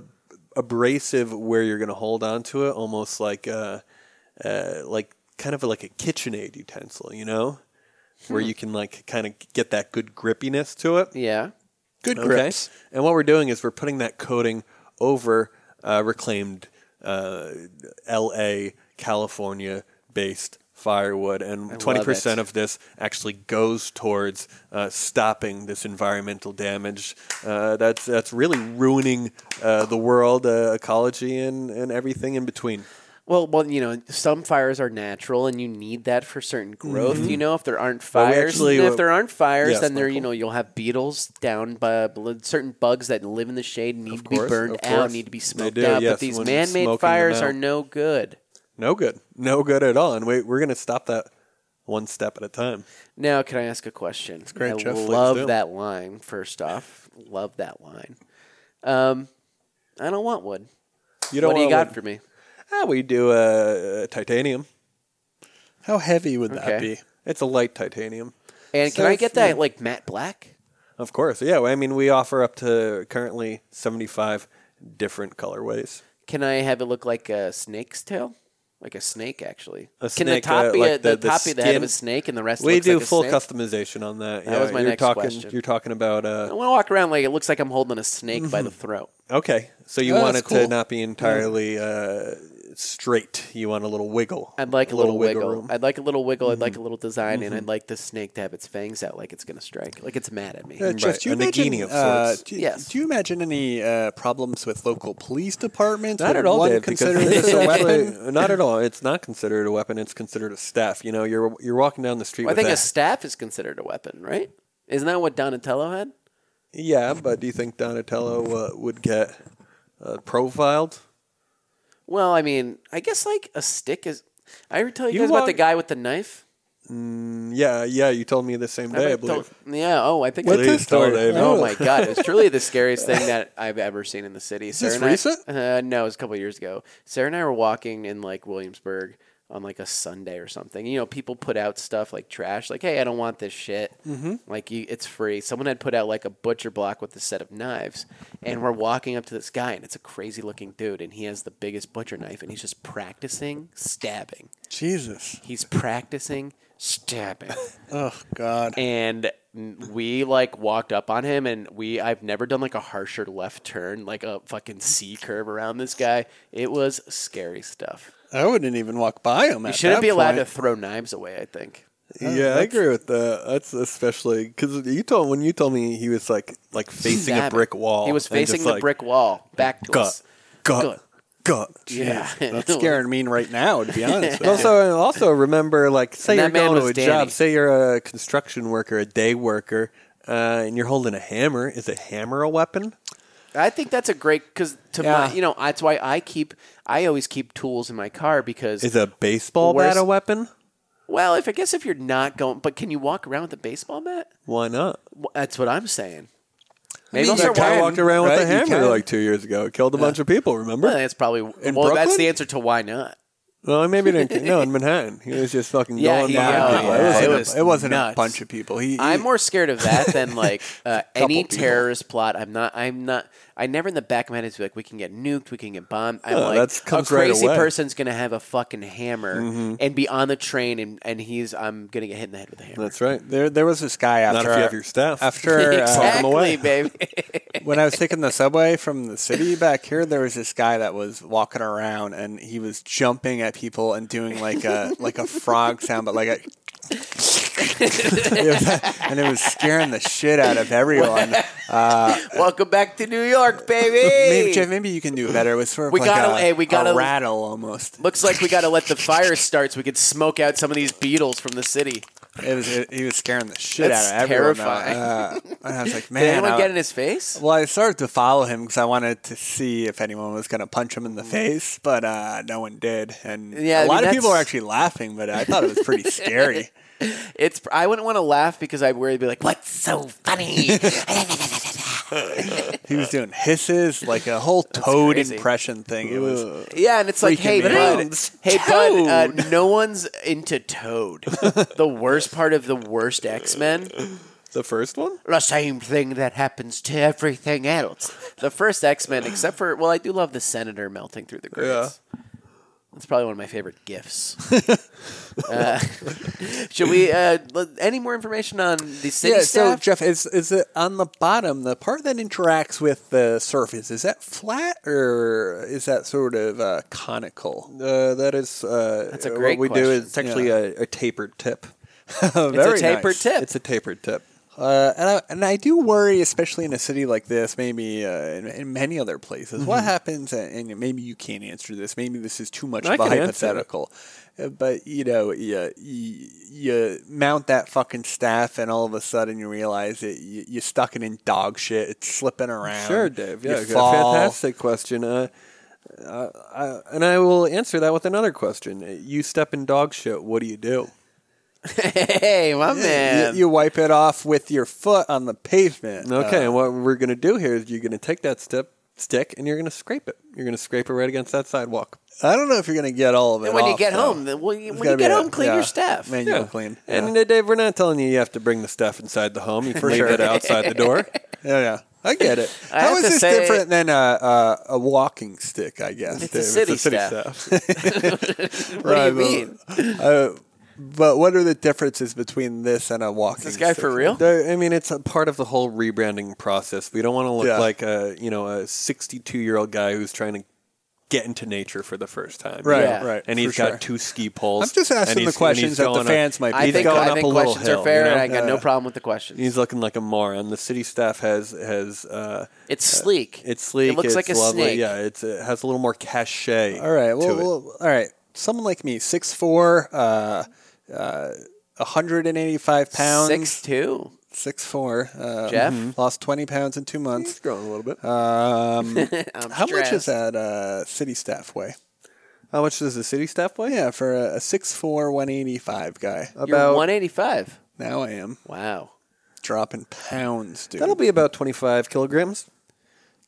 S5: abrasive where you're going to hold onto it, almost like uh, uh like kind of like a KitchenAid
S3: Hmm.
S5: utensil, you know, where you can like kind of get that good grippiness to it.
S3: Yeah.
S5: Good
S6: grips.
S5: And what we're doing is we're putting that coating over uh, reclaimed uh, L.A. California based firewood, and twenty percent of this actually goes towards uh, stopping this environmental damage. Uh, that's that's really ruining uh, the world, uh, ecology, and and everything in between.
S3: Well, well, you know, some fires are natural, and you need that for certain growth. You know, if there aren't
S5: Mm-hmm. we
S3: fires,
S5: actually-
S3: and if there aren't fires,
S5: Yes,
S3: then there, you
S5: Michael.
S3: know, you'll have beetles down by bl- certain bugs that live in the shade need to be
S5: course,
S3: burned
S5: of
S3: out,
S5: course.
S3: need to be
S5: They
S3: smoked
S5: do,
S3: out.
S5: yes,
S3: but these
S5: when smoking
S3: man-made
S5: them
S3: fires are
S5: out.
S3: no good.
S5: No good, no good at all. And we, we're going to stop that one step at a time.
S3: Now, can I ask a question? It's
S5: great,
S3: I
S5: Jeff. Please
S3: love
S5: do.
S3: that line. First off, love that line. Um, I don't want wood.
S5: You
S3: what
S5: don't
S3: do you
S5: want
S3: got
S5: one-
S3: for me?
S5: Ah, we do uh, uh, titanium.
S6: How heavy would that
S3: Okay.
S6: be?
S5: It's a light titanium.
S3: And
S5: So
S3: can I
S5: if
S3: get
S5: you-
S3: that like matte black?
S5: Of course, yeah. well, I mean, we offer up to currently 75 different colorways.
S3: Can I have it look like a snake's tail? Like a snake, actually.
S5: A
S3: Can the
S5: snake,
S3: top
S5: uh,
S3: be
S5: like
S3: a, the,
S5: the- the
S3: top be the head of a
S5: skin-
S3: snake and the rest?
S5: We
S3: looks
S5: do
S3: like a
S5: full
S3: snake?
S5: customization on that.
S3: That
S5: yeah.
S3: was my
S5: you're
S3: next
S5: talking,
S3: question.
S5: You're talking about
S3: I
S5: uh,
S3: want to walk around like it looks like I'm holding a snake by
S5: [laughs]
S3: the throat.
S5: okay. So you
S6: Oh,
S5: want it
S6: that's
S5: to
S6: cool.
S5: not be entirely uh, straight. You want a little wiggle.
S3: I'd like a, little, wiggle.
S5: room. Mm-hmm.
S3: I'd like a little wiggle. I'd like a little design, and I'd like the snake to have its fangs out, like it's going to strike, like it's mad at me.
S6: Uh, Jeff, do you
S5: a Nagini
S6: imagine,
S5: of
S6: uh,
S5: sorts.
S6: do,
S3: Yes.
S6: do you imagine any uh, problems with local police departments?
S5: Not
S6: Would
S5: at all,
S6: one
S5: Dave. Because
S6: consider
S5: it's
S6: this a weapon?
S5: actually- not at all. It's not considered a weapon. It's considered a staff. You know, you're you're walking down the street.
S3: Well, I
S5: with
S3: think
S5: a-
S3: a staff is considered a weapon, right? Isn't that what Donatello had?
S5: Yeah, but do you think Donatello uh, would get uh, profiled?
S3: Well, I mean, I guess like a stick is. I ever tell you,
S5: You
S3: guys about
S5: walk-
S3: the guy with the knife.
S5: Yeah, yeah. You told me the same
S3: I
S5: day, I
S3: might tell-
S5: believe.
S3: yeah. Oh, I think. I
S5: What's
S3: did
S5: this story?
S3: tell Dave. Oh
S5: Oh.
S3: my god, it was truly the scariest thing that I've ever seen in the city. Is
S6: this
S3: Sarah and I-
S6: recent?
S3: uh, no, it was a couple years ago. Sarah and I were walking in like Williamsburg on like a Sunday or something. You know, people put out stuff like trash, like "Hey, I don't want this shit." Mm-hmm. Like you, it's free. Someone had put out like a butcher block with a set of knives, and we're walking up to this guy, and it's a crazy looking dude, and he has the biggest butcher knife, and he's just practicing stabbing.
S6: Jesus.
S3: He's practicing stabbing.
S6: Oh
S3: [laughs]
S6: God.
S3: and n- we like walked up on him and we i've never done like a harsher left turn like a fucking c curve around this guy it was scary stuff
S6: I wouldn't even walk by him.
S3: you shouldn't be allowed to throw knives away i think
S5: yeah, I agree with that. That's especially because you told when you told me he was like like facing a
S3: Stab it.
S5: brick wall.
S3: he was
S5: and just,
S3: facing the
S5: like,
S3: brick
S5: [laughs]
S3: wall back to
S5: Gut,
S3: us
S5: gut,
S3: Gut.
S5: gut.
S3: yeah [laughs]
S6: That's scaring me right now, to be honest.
S5: But also, also remember, like, say
S3: And
S5: you're
S3: that man
S5: going to a
S3: was Danny.
S5: job. Say you're a construction worker, a day worker, uh, and you're holding a hammer. Is a hammer a weapon?
S3: I think that's a great because to
S5: Yeah.
S3: my you know that's why I keep I always keep tools in my car because
S5: Is a baseball
S3: Where's-
S5: bat a weapon?
S3: well if I guess if you're not going but can you walk around with a baseball bat?
S5: Why not?
S3: Well, that's what I'm saying.
S6: I
S3: Maybe
S6: mean,
S3: I'll
S6: you
S3: start
S6: can
S5: I
S3: walking-
S5: walked around with
S6: right?
S5: a
S6: You
S5: hammer
S6: can.
S5: like two years ago. It Killed a bunch of people. Remember?
S3: Well,
S6: [laughs]
S3: that's probably
S5: In
S3: well. That's
S5: Brooklyn?
S3: the answer to why not.
S5: Well, maybe it
S3: [laughs]
S5: didn't. No, in Manhattan, he was just fucking
S3: Yeah,
S5: going
S3: he-
S5: by
S3: yeah,
S5: people.
S3: yeah, it
S5: It was like a-
S3: was
S6: it wasn't
S3: nuts.
S6: a bunch of people. He, he-
S3: I'm more scared of that
S5: [laughs]
S3: than like uh, any
S6: people.
S3: terrorist plot. I'm not. I'm not. I never in the back of my head is like we can get nuked, we can get bombed. I'm
S5: No,
S3: like
S5: that's-
S3: a
S5: comes right
S3: crazy
S5: away. Mm-hmm.
S3: person's gonna have a fucking hammer and be on the train and and he's I'm gonna get hit in the head with a hammer.
S5: That's right.
S6: there, there was this guy
S5: Not
S6: after
S5: if you
S6: our-
S5: have your
S3: [laughs]
S5: staff.
S6: after uh,
S3: exactly,
S5: away. [laughs]
S3: baby.
S6: when I was taking the subway from the city back here, there was this guy that was walking around and he was jumping at people and doing like a like a frog sound, but like a. It was- and it was scaring the shit out of everyone.
S3: Welcome back to New York, baby.
S6: Maybe, Jeff, maybe you can do better. It was sort of
S3: We
S6: like
S3: gotta-
S6: a,
S3: hey, we gotta-
S6: a rattle almost.
S3: Looks like we got to let the fire start so we could smoke out some of these beetles from the city.
S6: It was it, he was scaring the shit
S3: That's
S6: out of everyone.
S3: terrifying.
S6: Uh, and I
S3: [laughs]
S6: was like, man,
S3: Did anyone
S6: I-
S3: get in his face?
S6: Well, I started to follow him because I wanted to see if anyone was going to punch him in the face, but uh, no one did. And
S3: Yeah, I
S6: a lot
S3: mean,
S6: of people
S3: that's-
S6: were actually laughing, but I thought it was
S3: [laughs]
S6: pretty scary.
S3: It's I wouldn't want to laugh because I'd worry be like, "What's so
S6: [laughs]
S3: funny?"
S6: He was doing hisses, like a whole toad
S3: crazy.
S6: impression thing. It was
S3: yeah, and it's like,
S6: Freaking
S3: "Hey,
S6: me
S3: bud,
S6: out.
S3: hey, bud, uh, no one's into Toad. the worst part of the worst X Men,
S5: The first one?
S3: the same thing that happens to everything else. The first X Men, except for well, I do love the Senator melting through the grates. That's probably one of my favorite
S6: [laughs]
S3: gifts. uh, [laughs] should we? Uh, let- any more information on the city
S6: yeah, so
S3: staff?
S6: Jeff, is is it on the bottom, the part that interacts with the surface, is that flat or is that sort of uh, conical?
S5: Uh, that is. Uh,
S3: That's a great
S5: What we do
S3: question.
S5: is it's actually a, a tapered tip. [laughs]
S3: Very tapered nice. tip.
S5: It's a tapered tip.
S6: Uh, and, I, and I do worry, especially in a city like this, maybe uh, in, in many other places, what
S5: Mm-hmm.
S6: happens, and and maybe you can't answer this, maybe this is too much
S5: I
S6: of a
S5: can answer it.
S6: hypothetical, Uh, but you know, you, you, you mount that fucking staff and all of a sudden you realize that you, you stuck it in dog shit, it's slipping around.
S5: Sure, Dave.
S6: You
S5: Yeah, good.
S6: fall.
S5: fantastic question. Uh, uh, I, and I will answer that with another question. You step in dog shit. What do you do?
S3: [laughs] hey, my
S6: You,
S3: man.
S6: you wipe it off with your foot on the pavement. Uh,
S5: Okay, and what we're going to do here is you're going to take that step stick and you're going to scrape it. You're going to scrape it right against that sidewalk.
S6: I don't know if you're going to get all of it.
S3: and when you
S6: off,
S3: get
S6: though.
S3: home, then when you,
S6: It's
S3: when you
S6: gotta be
S3: get
S6: a-
S3: home, clean
S6: yeah,
S3: your stuff.
S6: manual clean.
S5: And
S6: yeah.
S5: uh, Dave, we're not telling you you have to bring the stuff inside the
S6: [laughs]
S5: home. You can leave
S6: sure.
S5: it outside the door.
S6: yeah, yeah. I
S5: [laughs]
S6: get it.
S3: I
S6: How
S3: have
S6: is
S3: to
S6: this
S3: say-
S6: different than a, a, a walking stick? I guess
S3: It's a city, staff. What
S6: Right,
S3: do you mean?
S6: But what are the differences between this and a walking?
S3: this guy
S6: stick?
S3: for real?
S5: There- I mean, it's a part of the whole rebranding process. We don't want to look
S6: Yeah.
S5: like a you know a 62 year old guy who's trying to get into nature for the first time. you
S6: Right,
S5: know?
S3: Yeah.
S6: right.
S5: And
S6: he's
S5: he's got two ski poles.
S6: I'm just asking
S5: and he's-
S6: the questions
S5: and he's
S6: that the
S5: going
S6: fans might be
S3: I
S5: he's
S3: think,
S5: going
S3: I
S5: up
S3: think
S5: a little
S3: questions
S5: hill,
S3: are fair,
S5: you know?
S3: and I got no problem with the questions.
S5: He's looking like a moron. The city staff has has uh,
S3: it's sleek.
S5: it's sleek.
S3: It looks
S5: it's
S3: like a
S5: lovely.
S3: snake.
S5: Yeah, it's it has a little more cachet.
S6: All right. Well,
S5: to it.
S6: well, all right. Someone like me, six four, uh, uh, 185 pounds,
S3: Six two.
S6: six four. Uh,
S3: Jeff?
S6: mhm, lost 20 pounds in two months. Um,
S5: It's growing a little bit.
S3: [laughs] I'm
S6: How much is
S3: stressed.
S6: that uh, city staff weigh?
S5: How much does the city staff weigh?
S6: Yeah, for a, a 6'4", 185 guy.
S3: You're
S5: About-
S3: 185.
S6: Now I am
S3: Wow.
S6: dropping pounds, dude.
S5: That'll be about 25 kilograms.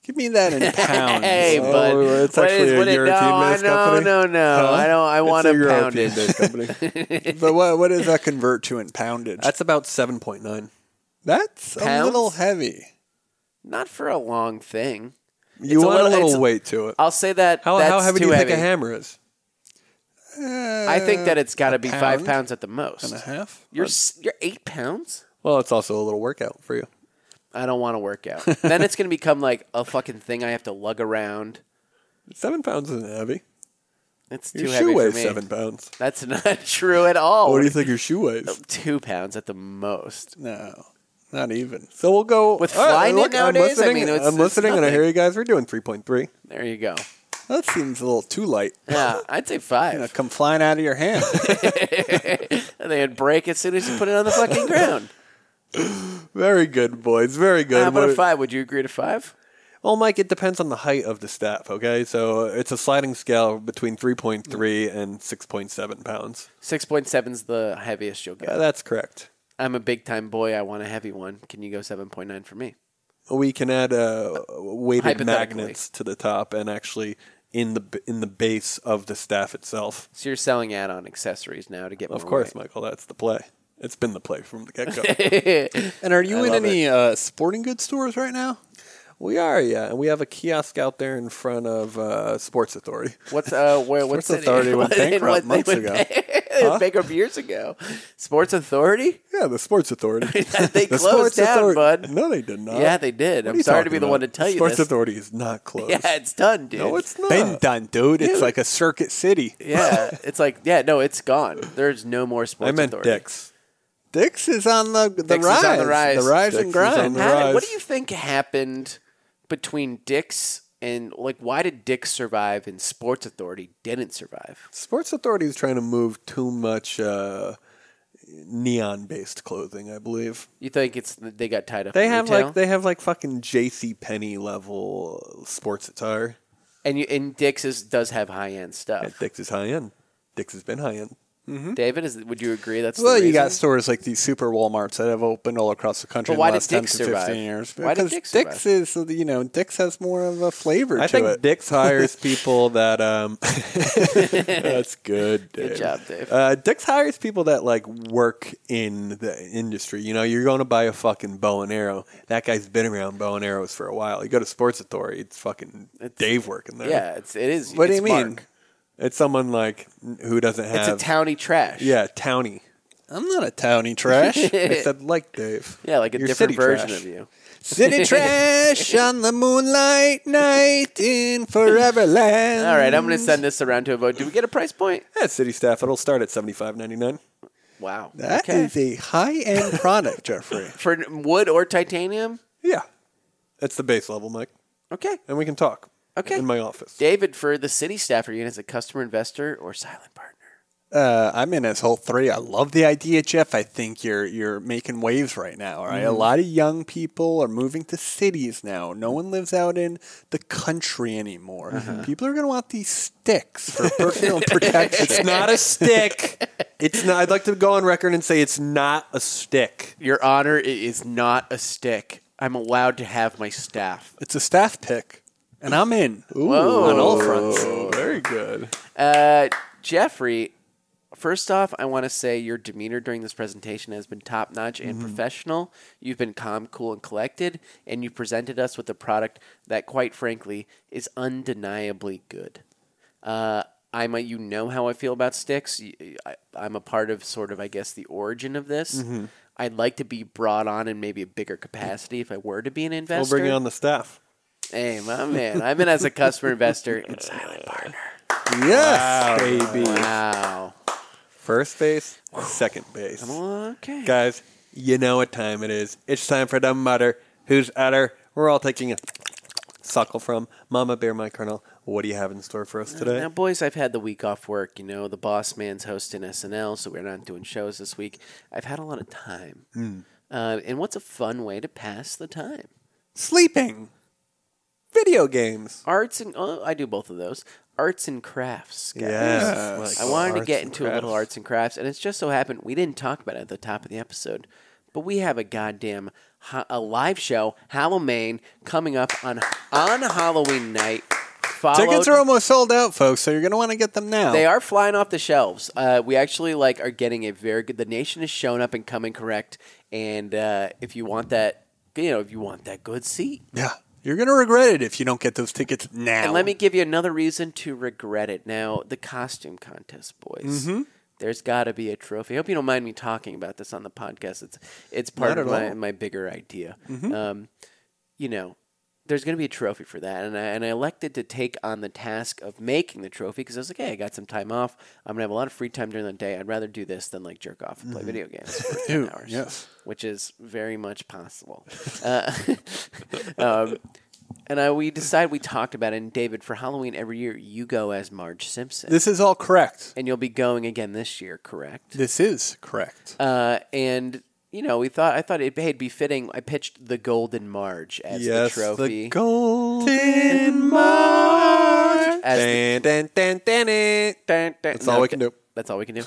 S6: Give me that
S3: [laughs]
S6: in pounds.
S3: Hey,
S5: Oh,
S3: bud.
S5: it's
S3: What
S5: actually a
S3: what
S5: European
S3: no, I-
S5: based
S3: no,
S5: company?
S3: No, no, I don't. I want
S5: a
S3: to pound
S5: European
S3: it. [laughs]
S5: company.
S6: But what, what does that convert to in poundage?
S5: That's about 7.9.
S6: That's a
S3: Pounds?
S6: little heavy.
S3: Not for a long thing.
S5: You
S3: It's a
S5: want
S3: little-
S5: a little
S3: it's-
S5: weight to it.
S3: I'll say that.
S5: How,
S3: that's
S5: how heavy
S3: too
S5: do you
S3: heavy.
S5: think a hammer is?
S3: I think that it's got to
S6: a
S3: be five
S6: pound
S3: pounds at the
S5: Uh,
S3: most.
S6: half.
S3: You're s- you're eight pounds.
S5: Well, it's also a little workout for you.
S3: I don't want to work
S5: [laughs]
S3: out. then it's gonna become like a fucking thing I have to lug around.
S5: Seven pounds isn't heavy.
S3: It's too
S5: Your shoe
S3: heavy for
S5: weighs
S3: me. Oh,
S5: seven pounds.
S3: That's [laughs] not true at all.
S5: What do you think your shoe
S3: Oh.
S5: weighs?
S3: Two pounds at the most.
S6: No, not even.
S5: So we'll go
S3: With
S5: All
S3: Flyknit
S5: look, I'm
S3: nowadays, I
S5: listening-
S3: mean, it's-
S5: I'm
S3: it's
S5: listening, and I
S3: nothing.
S5: hear you guys were doing 3.3.
S3: There you go.
S6: That seems a little too light.
S3: Yeah, [laughs] I'd say
S6: You know,
S3: five.
S6: come flying out of your hand.
S3: And they'd break as soon as you put it on the fucking ground.
S5: [laughs] Very good, boys. Very good.
S3: How about
S5: What-
S3: a five? Would you agree to five?
S5: Well, Mike, it depends on the height of the staff. Okay, so it's a sliding scale between 3.3 and 6.7 pounds.
S3: Six point seven's the heaviest you'll get.
S5: Uh, that's correct.
S3: I'm a big time boy. I want a heavy one. Can you go seven point nine for me?
S5: We can add uh, weighted
S3: Hypothetically.
S5: magnets to the top and actually in the b- in the base of the staff itself.
S3: So you're selling add-on accessories now to get
S5: Of
S3: more
S5: course,
S3: weight.
S5: Michael, that's the play. It's been the play from the get go.
S6: [laughs] and are you in
S5: love
S6: any uh, sporting goods stores right now?
S5: we are, yeah, and we have a kiosk out there in front of uh, Sports Authority.
S3: [laughs] What's uh? Where, what's
S6: Sports
S3: [laughs]
S6: Authority went bankrupt months ago.
S3: ago. bankrupt years ago. Sports Authority.
S5: Yeah, the Sports Authority.
S3: [laughs] they
S5: The
S3: closed
S5: Sports
S3: down,
S5: Authority-
S3: bud.
S5: No, they did not.
S3: yeah, they did.
S5: What are
S3: I'm
S5: you
S3: sorry to
S5: talking
S3: be the
S5: about?
S3: one to tell you
S5: Sports
S3: this.
S5: Authority is not
S3: [laughs]
S5: closed.
S3: Yeah, it's done, dude.
S5: no, it's not.
S6: Been done, dude. It's
S5: Dude.
S6: like a circuit city.
S3: Yeah, it's like yeah, no, it's gone. There's no more sports.
S5: I meant
S3: authority.
S5: dicks.
S6: Dix is on the the
S3: Dix is
S6: rise,
S3: on the rise.
S5: Dix
S6: and
S5: is on
S6: grind.
S5: the
S3: How did-
S5: rise.
S3: what do you think happened between Dix and like why did Dix survive and Sports Authority didn't survive?
S5: Sports Authority is trying to move too much uh, neon-based clothing, I believe.
S3: You think it's they got tied up?
S5: They
S3: in
S5: have
S3: retail?
S5: like they have like fucking J.C. Penney level sports attire.
S3: and you, and Dix is, does have high end
S5: Yeah,
S3: stuff.
S5: Dick's is high end. Dick's has been high end.
S3: David, is would you agree that's
S6: Well,
S3: the
S6: you got
S3: reason?
S6: stores like these super Walmarts that have opened all across the country
S3: But why
S6: in
S3: did
S6: the last 10
S3: Dick's
S6: to
S3: survive?
S6: 15 years.
S3: Why did
S6: Because
S3: Dick's
S6: Dick's is, you know, Dick's has more of a flavor
S5: I
S6: to
S5: think
S6: it. [laughs]
S5: Dick's hires people that. Um, [laughs] that's good. Dave.
S3: Good job, Dave.
S5: Uh, Dick's hires people that like work in the industry. You know, you're going to buy a fucking bow and arrow. That guy's been around bow and arrows for a while. You go to Sports Authority, it's fucking Dave working there.
S3: yeah, it's it is.
S6: what do you
S3: it's
S6: mean?
S3: Mark.
S5: It's someone like who doesn't have.
S3: It's a towny trash.
S5: Yeah, townie.
S6: I'm not a townie trash.
S5: [laughs] I said like Dave.
S3: Yeah, like a
S5: You're
S3: different
S5: city
S3: version
S5: trash.
S3: of you.
S5: [laughs]
S6: City trash on the moonlight night
S5: [laughs]
S6: in forever land.
S3: All right, I'm going to send this around to a vote. Do we get a price point?
S5: Yeah, city staff. It'll start at seventy five ninety nine.
S3: Wow.
S6: That
S3: okay.
S6: is a high end product, Jeffrey.
S3: For wood or titanium?
S5: Yeah, that's the base level, Mike,
S3: Okay.
S5: and we can talk.
S3: Okay.
S5: In my office.
S3: David, for the city staffer unit, is a customer investor or silent partner?
S6: [laughs] Uh, I'm in this whole three. I love the idea, Jeff. I think you're you're making waves right now. All right,
S5: Mm-hmm.
S6: a lot of young people are moving to cities now. No one lives out in the country anymore.
S5: Uh-huh.
S6: People are going to want these sticks for
S5: [laughs]
S6: personal
S5: It's
S6: protection.
S5: not a stick. It's not. I'd like to go on record and say it's not a stick.
S3: Your honor, it is not a stick. I'm allowed to have my staff.
S6: It's a staff pick, and I'm in
S3: Whoa.
S6: on all fronts.
S5: very good.
S3: Uh, Jeffrey, first off, I want to say your demeanor during this presentation has been top notch
S5: Mm-hmm.
S3: and professional. You've been calm, cool, and collected, and you presented us with a product that, quite frankly, is undeniably good. Uh, I'm a, you know how I feel about sticks. Y- I, am a part of sort of, I guess, the origin of this.
S5: Mm-hmm.
S3: I'd like to be brought on in maybe a bigger capacity if I were to be an
S5: We'll
S3: investor.
S5: bring you on the staff.
S3: hey, my man, I'm in as a customer
S5: [laughs]
S3: investor and silent partner.
S6: Yes,
S5: Baby.
S3: Wow.
S5: First base, second base.
S3: Okay.
S5: Guys, you know what time it is. It's time for the mutter. Who's utter? We're all taking a suckle from Mama Bear, my Colonel. What do you have in store for us today?
S3: Now, boys, I've had the week off work. You know, the boss man's hosting SNL, so we're not doing shows this week. I've had a lot of time.
S5: Hmm.
S3: Uh, and what's a fun way to pass the time?
S5: Sleeping. Video games.
S3: Arts and oh, I do both of those. Arts and crafts. Guys.
S5: Yes.
S3: I wanted to
S5: Arts
S3: get
S5: and
S3: into a little
S5: crafts.
S3: arts and crafts, and it's just so happened we didn't talk about it at the top of the episode, but we have a goddamn ha- a live show, Halloween, coming up on on Halloween night.
S6: tickets
S3: followed-
S6: are almost sold out, folks. So you're going to want to get them now.
S3: They are flying off the shelves. Uh, we actually like are getting a very good. The nation has shown up and coming correct. And uh, if you want that, you know, if you want that good seat,
S6: Yeah, you're going to regret it if you don't get those tickets now.
S3: and let me give you another reason to regret it. Now, the costume contest, boys.
S6: Mm-hmm.
S3: There's got to be a trophy. I hope you don't mind me talking about this on the podcast. It's it's part
S6: Not
S3: of
S6: at
S3: my,
S6: all. Mm-hmm.
S3: my bigger idea. Um, you know, there's going to be a trophy for that, and I and I elected to take on the task of making the trophy because I was like, hey, I got some time off. I'm gonna have a lot of free time during the day. I'd rather do this than like jerk off and play video games for ten hours.
S6: yes.
S3: Which is very much possible. Uh, [laughs] um, and I, we decided we talked about it. And David, for Halloween every year, you go as Marge Simpson,
S6: This is all correct.
S3: and you'll be going again this year, correct?
S6: This is correct.
S3: Uh, and you know, we thought I thought it'd, hey, it'd be fitting. I pitched the Golden Marge as
S5: Yes,
S3: the trophy.
S5: the golden march.
S3: As the-
S5: Dun, dun, dun, dun, it.
S3: Dun, dun.
S5: That's all we can do.
S3: That's all we can do.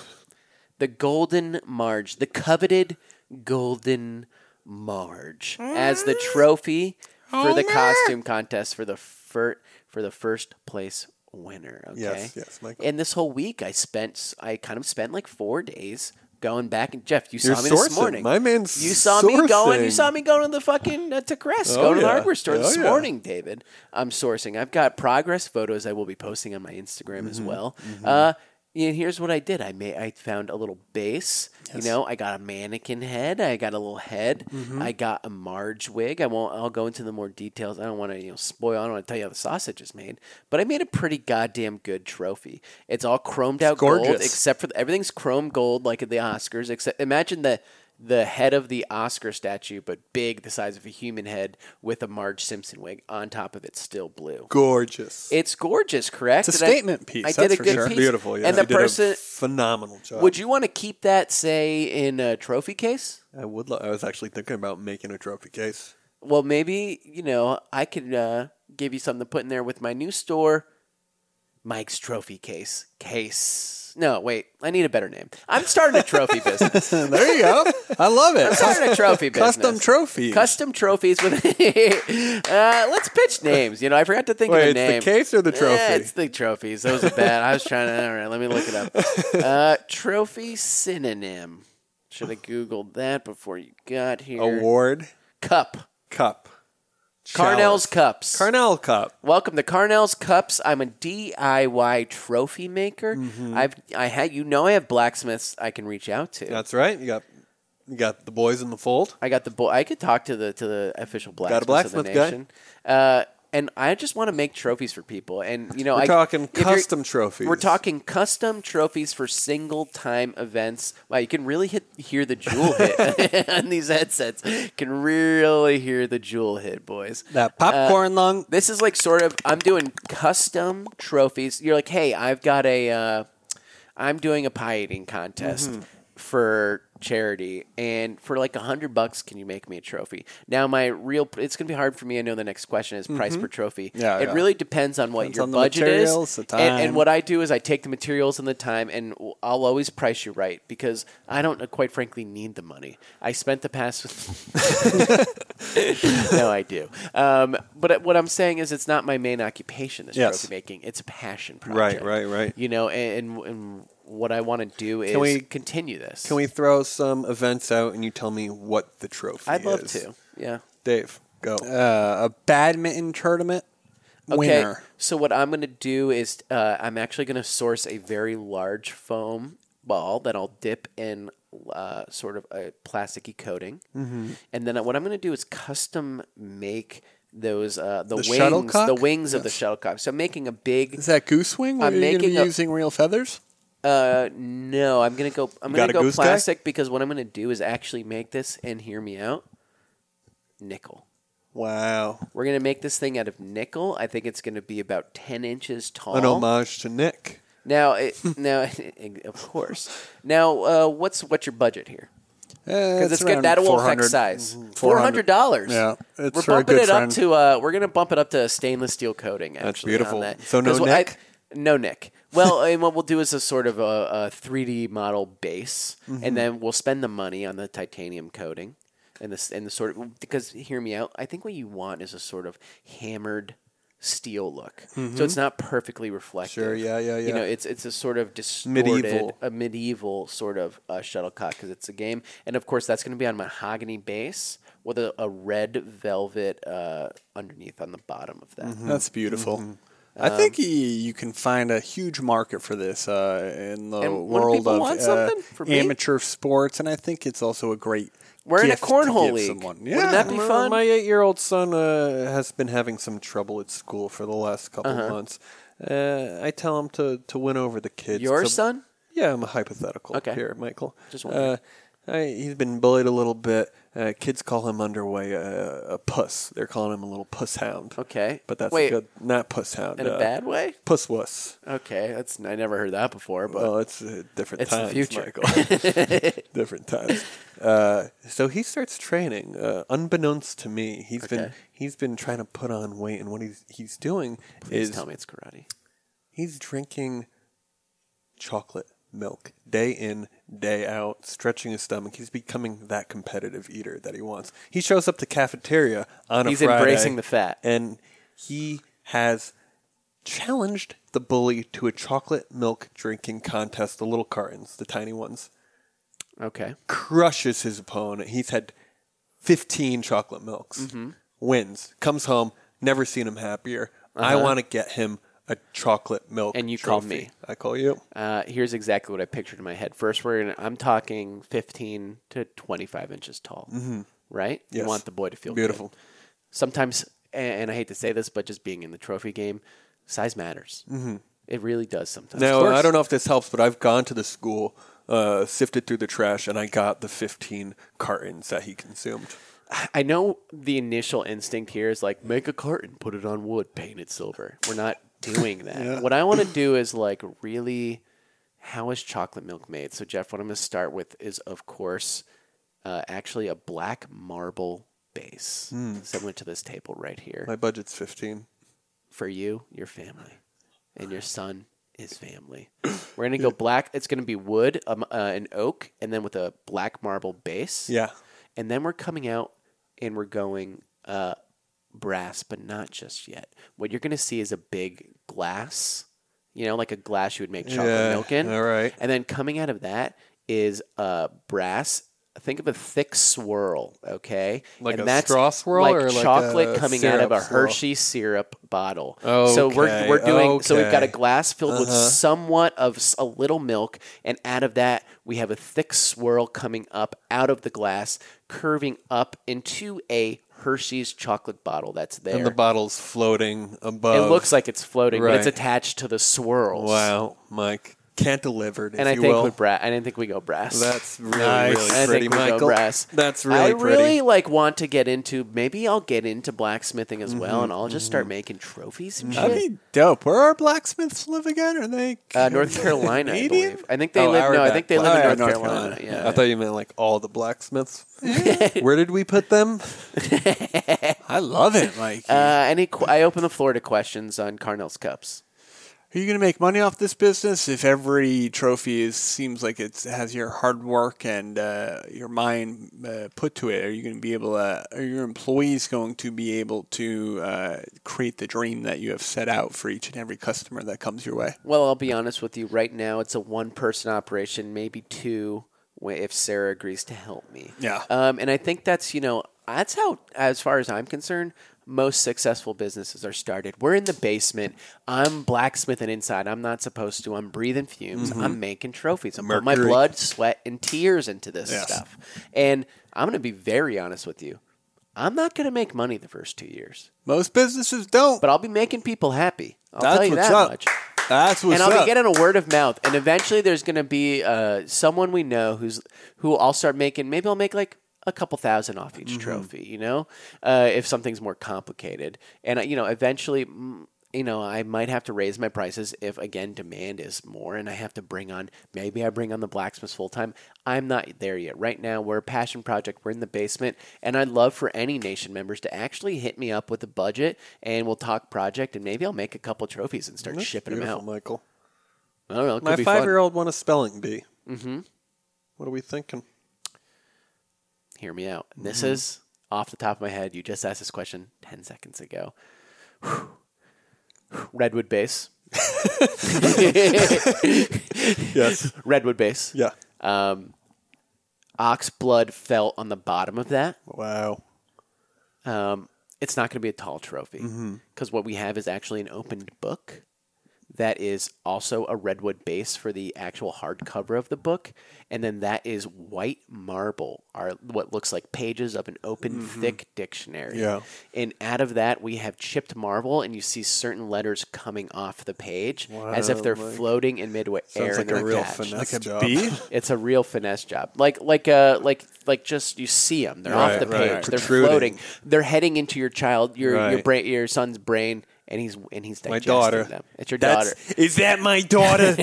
S3: The Golden Marge, the coveted Golden Marge, as the trophy for the costume contest for the fir- for the first place winner. Okay.
S5: Yes, yes, Michael.
S3: And this whole week, I spent, I kind of spent like four days going back. And Jeff, you
S5: You're
S3: saw me
S5: sourcing.
S3: this morning.
S5: My man's
S3: You saw me going. You
S5: sourcing.
S3: saw me going to the fucking uh, to Crest,
S5: Oh,
S3: going to the
S5: yeah.
S3: hardware store this
S5: Oh, yeah.
S3: morning, David. I'm sourcing. I've got progress photos I will be posting on my Instagram as well. Uh, and here's what I did. I made. I found a little base. You know, I got a mannequin head. I got a little head. I got a Marge wig. I won't. I'll go into the more details. I don't want to you know spoil. I don't want to tell you how the sausage is made. But I made a pretty goddamn good trophy. It's all chromed out gold,
S6: gorgeous.
S3: except for the, everything's chrome gold like at the Oscars. Except imagine the the head of the Oscar statue, but big, the size of a human head, with a Marge Simpson wig on top of it, still blue.
S6: Gorgeous.
S3: It's gorgeous, correct?
S6: It's a
S3: And I-
S6: statement piece,
S3: I did
S6: that's
S3: a
S6: for
S3: good
S6: sure.
S3: piece.
S5: Beautiful. Yeah.
S3: And the
S5: You did a
S3: person,
S5: phenomenal job.
S3: would you want to keep that, say, in a trophy case?
S5: I would. Lo- I was actually thinking about making a trophy case.
S3: Well, maybe you know I could uh, give you something to put in there with my new store, Mike's Trophy Case. Case. No, wait. I need a better name. I'm starting a
S6: [laughs]
S3: trophy business. I'm
S6: There you go. I
S3: [laughs]
S6: love it.
S3: starting a
S5: [laughs]
S3: trophy business.
S6: Custom trophy.
S3: Custom trophies with. [laughs] uh, let's pitch names. You know, I forgot to think
S5: Wait,
S3: of a
S5: it's the
S3: name.
S5: case or the
S3: Eh,
S5: trophy?
S3: it's the trophies. Those are bad. I was trying to. All right, let me look it
S5: [laughs]
S3: up. Uh, trophy synonym. Should have googled that before you got here.
S5: Award
S3: Cup.
S5: cup.
S3: Carnell's Cups.
S5: Carnell Cup.
S3: Welcome to Carnell's Cups. I'm a DIY trophy maker. I've I had you know I have blacksmiths I can reach out to.
S5: Mm-hmm. That's right. You got you got the boys in the fold.
S3: I got the boy. I could talk to the to the official blacksmith,
S5: a
S3: of
S5: blacksmith
S3: the
S5: guy?
S3: nation. Uh, and I just want to make trophies for people. And you know,
S5: We're
S3: I,
S5: talking
S3: if you're-
S5: custom trophies.
S3: We're talking custom trophies for single time events. Wow, you can really hit hear the jewel hit [laughs] on these headsets. Can really hear the jewel hit, boys.
S6: That popcorn lung.
S3: This is like sort of I'm doing custom trophies. You're like, hey, I've got a, uh, I'm doing a pie eating contest
S5: Mm-hmm.
S3: for charity, and for like a hundred bucks, can you make me a trophy? Now my real, it's gonna be hard for me. I know the next question is price per trophy.
S5: Mm-hmm. Yeah,
S3: it
S5: yeah.
S3: really depends on what
S5: Depends
S3: your
S5: on the
S3: budget
S5: materials,
S3: is,
S5: the
S3: And, and
S5: time.
S3: what I do is I take the materials and the time, and w- I'll always price you right because I don't, uh, quite frankly, need the money. I spent the past. [laughs] no, I do. Um, but what I'm saying is, it's not my main occupation. This
S5: Yes.
S3: trophy making, it's a passion project.
S5: right, right.
S3: You know, and, and, and what I want to do is
S5: we-
S3: continue this.
S5: Can we throw some events out and you tell me what the trophy
S3: I'd love
S5: is?
S3: to. Yeah.
S5: Dave, go.
S6: Uh, a badminton tournament winner.
S3: So what I'm going to do is uh, I'm actually going to source a very large foam ball that I'll dip in uh, sort of a plasticky coating, mm-hmm. and then what I'm going to do is custom make those uh, the, wings
S6: shuttlecock?
S3: the wings of the shuttlecock. So I'm making a big
S6: Is that goose wing? Where
S3: I'm
S6: are you going to
S3: making
S6: be
S3: a-
S6: using real feathers?
S3: uh, no. I'm going to go. I'm going
S5: got
S3: to go
S5: a goose guy?
S3: plastic because what I'm going to do is actually make this and hear me out. Nickel.
S5: wow.
S3: We're going to make this thing out of nickel. I think it's going to be about 10 inches tall.
S5: An homage to Nick.
S3: Now, it, [laughs] now, of course. Now, uh, what's what's your budget here?
S6: Eh,
S3: Because it's good. That will affect size. Four hundred dollars.
S6: Yeah, it's
S3: we're
S6: for a
S3: bumping
S6: good
S3: it up
S6: friend.
S3: to. Uh, we're gonna bump it up to stainless steel coating. Actually, on
S5: beautiful.
S3: that.
S5: So no
S3: 'Cause what I-
S5: neck?
S3: no nick. Well, [laughs] and what we'll do is a sort of a, a 3D model base,
S5: Mm-hmm.
S3: and then we'll spend the money on the titanium coating, and this and the sort of because hear me out. I think what you want is a sort of hammered steel look, so it's not perfectly reflective.
S5: Mm-hmm. Sure, yeah, yeah,
S3: You
S5: yeah.
S3: know, it's it's a sort of distorted,
S5: Medieval.
S3: a medieval sort of uh, shuttlecock because it's a game, and of course that's going to be on mahogany base with a, a red velvet uh, underneath on the bottom of
S5: Mm.
S3: that.
S5: Mm-hmm.
S6: That's beautiful. I think
S3: Um,
S6: y- you can find a huge market for this uh, in the
S3: And wouldn't
S6: world
S3: people
S6: of
S3: want
S6: uh,
S3: something for me?
S6: amateur sports, and I think it's also a great.
S3: We're in a
S6: gift to give
S3: cornhole league.
S6: someone.
S3: Wouldn't
S6: Yeah,
S3: that be
S5: My-
S3: fun?
S5: My eight-year-old son uh, has been having some trouble at school for the last couple
S3: Uh-huh.
S5: months. Uh, I tell him to, to win over the kids.
S3: Your
S5: to-
S3: son?
S5: Yeah, I'm a hypothetical
S3: Okay.
S5: here, Michael.
S3: Just
S5: uh,
S3: wondering.
S5: I, he's been bullied a little bit. Uh, kids call him underway uh, a, a puss. They're calling him a little puss hound.
S3: Okay.
S5: but that's
S3: Wait.
S5: a good not puss hound.
S3: In a
S5: uh,
S3: bad way?
S5: Puss wuss.
S3: Okay, that's I never heard that before, but
S5: Well, it's uh, different
S3: It's the
S5: times,
S3: future.
S5: Michael.
S3: [laughs]
S5: [laughs] different times. Uh, so he starts training, uh, unbeknownst to me. He's been
S3: Okay.
S5: he's been trying to put on weight, and what he's he's doing
S3: please
S5: is
S3: tell me it's karate.
S5: he's drinking chocolate milk day in day out stretching his stomach he's becoming that competitive eater that he wants he shows up to cafeteria on
S3: He's
S5: a Friday
S3: embracing the fat.
S5: and he has challenged the bully to a chocolate milk drinking contest the little cartons the tiny ones
S3: Okay.
S5: crushes his opponent he's had 15 chocolate milks
S3: Mm-hmm.
S5: wins comes home never seen him happier i want to get him a chocolate milk
S3: Uh-huh. And you call
S5: trophy.
S3: me.
S5: i call you
S3: Uh, here's exactly what I pictured in my head. First, we're gonna, I'm talking 15 to 25 inches tall, mm-hmm. right? You
S5: Yes.
S3: want the boy to feel good.
S5: Beautiful.
S3: Sometimes, and and I hate to say this, but just being in the trophy game, size matters. Mm-hmm. It really does sometimes.
S5: Now, I don't know if this helps, but I've gone to the school, uh, sifted through the trash, and I got the 15 cartons that he consumed.
S3: I know the initial instinct here is like make a carton, put it on wood, paint it silver. We're not doing that. What I want to do is like really, how is chocolate milk made? So Jeff, what I'm going to start with is of course, uh, actually a black marble base similar to this table right here
S5: My budget's 15.
S3: for you, your family, and your son, his family. We're gonna go black. It's gonna be wood, um, uh, an oak, and then with a black marble base.
S5: Yeah.
S3: And then we're coming out and we're going uh, brass, but not just yet. What you're gonna see is a big glass, you know, like a glass you would make chocolate
S5: Yeah,
S3: milk in.
S5: all right.
S3: And then coming out of that is uh, brass think of a thick swirl, okay?
S5: Like
S3: and
S5: a
S3: that's
S5: straw swirl
S3: like
S5: or like
S3: chocolate
S5: a
S3: coming out of
S5: syrup
S3: a
S5: swirl?
S3: Hershey syrup bottle. so we're
S5: Okay,
S3: we're doing so we've got a
S5: okay.
S3: glass filled with
S5: Uh-huh.
S3: somewhat of s- a little milk, and out of that we have a thick swirl coming up out of the glass, curving up into a Hershey's chocolate bottle that's there.
S5: And the bottle's floating above.
S3: it looks like it's floating, but it's
S5: Right.
S3: attached to the swirls.
S5: Wow, Mike. Cantilevered, if
S3: And I
S5: you
S3: think
S5: will.
S3: we bra- I didn't think we go brass.
S5: That's really,
S6: Nice.
S3: [laughs]
S5: really
S3: I
S5: pretty,
S3: think we
S5: Michael.
S3: go brass.
S5: That's really
S3: I really
S5: pretty.
S3: like want to get into. Maybe I'll get into blacksmithing as
S5: Mm-hmm.
S3: well, and I'll just start making trophies and
S6: That'd
S3: shit.
S6: be dope. Where are blacksmiths live again? Are they
S3: Uh, North Carolina, I
S6: Canadian?
S3: believe. I think they
S5: Oh,
S3: live. No, I
S5: Auerbach.
S3: think they
S5: Oh,
S3: live in
S6: yeah,
S3: North,
S6: North
S3: Carolina. Yeah.
S5: I thought you meant like all the blacksmiths. Where did we put them?
S6: I love it, Mike.
S3: uh, any? Qu- I open the floor to questions on Carnell's cups.
S6: Are you going to make money off this business if every trophy is, seems like it has your hard work and uh, your mind uh, put to it? Are you going to be able to, are your employees going to be able to uh, create the dream that you have set out for each and every customer that comes your way?
S3: Well, I'll be honest with you. Right now, it's a one-person operation, maybe two, wh- if Sarah agrees to help me.
S6: Yeah.
S3: Um, and I think that's you know that's how, as far as I'm concerned, most successful businesses are started. We're in the basement. I'm blacksmithing inside. I'm not supposed to. I'm breathing fumes.
S6: Mm-hmm.
S3: I'm making trophies. I'm putting my
S5: Mercury.
S3: blood, sweat, and tears into this
S6: Yes.
S3: stuff. And I'm going to be very honest with you. I'm not going to make money the first two years,
S6: Most businesses don't.
S3: but I'll be making people happy. I'll
S6: That's
S3: tell you
S6: what's
S3: that
S6: up.
S3: much
S6: That's what's
S3: and I'll
S6: up.
S3: be getting a word of mouth, and eventually there's going to be uh, someone we know who's who I'll start making. Maybe I'll make like a couple thousand off
S6: Mm-hmm.
S3: each trophy, you know, uh, if something's more complicated, and uh, you know, eventually. mm, You know, I might have to raise my prices if again demand is more, and I have to bring on. Maybe I bring on the blacksmiths full time. I'm not there yet. Right now, we're a passion project. We're in the basement, and I'd love for any nation members to actually hit me up with a budget, and we'll talk project, and maybe I'll make a couple trophies and start shipping them
S5: Beautiful,
S3: out.
S5: Michael.
S3: I don't know. It could
S5: My
S3: be
S5: five
S3: fun.
S5: year old won a spelling bee. Mm-hmm. What are we thinking?
S3: Hear me out. And
S5: Mm-hmm.
S3: this is off the top of my head. You just asked this question 10 seconds ago. Redwood base.
S5: [laughs] Yes.
S3: [laughs] Redwood base.
S5: yeah.
S3: Um, ox blood fell on the bottom of that.
S5: Wow.
S3: Um, it's not going to be a tall trophy because
S5: Mm-hmm.
S3: what we have is actually an opened book that is also a redwood base for the actual hardcover of the book, and then that is white marble, are what looks like pages of an open thick dictionary.
S5: Mm-hmm. Yeah.
S3: And out of that, we have chipped marble, and you see certain letters coming off the page as if they're floating in midway air.
S5: Sounds
S3: and
S5: like a
S3: they're
S5: real
S3: attached.
S5: finesse job.
S6: bee?
S3: It's a real finesse job. Like like uh like like just you see them. They're off
S5: Right,
S3: the page.
S5: right.
S3: They're
S5: Protruding.
S3: floating. They're heading into your child your your
S5: Right.
S3: brain your son's brain and he's and he's digesting
S5: daughter.
S3: them. It's your
S5: That's,
S3: daughter.
S5: is that my daughter?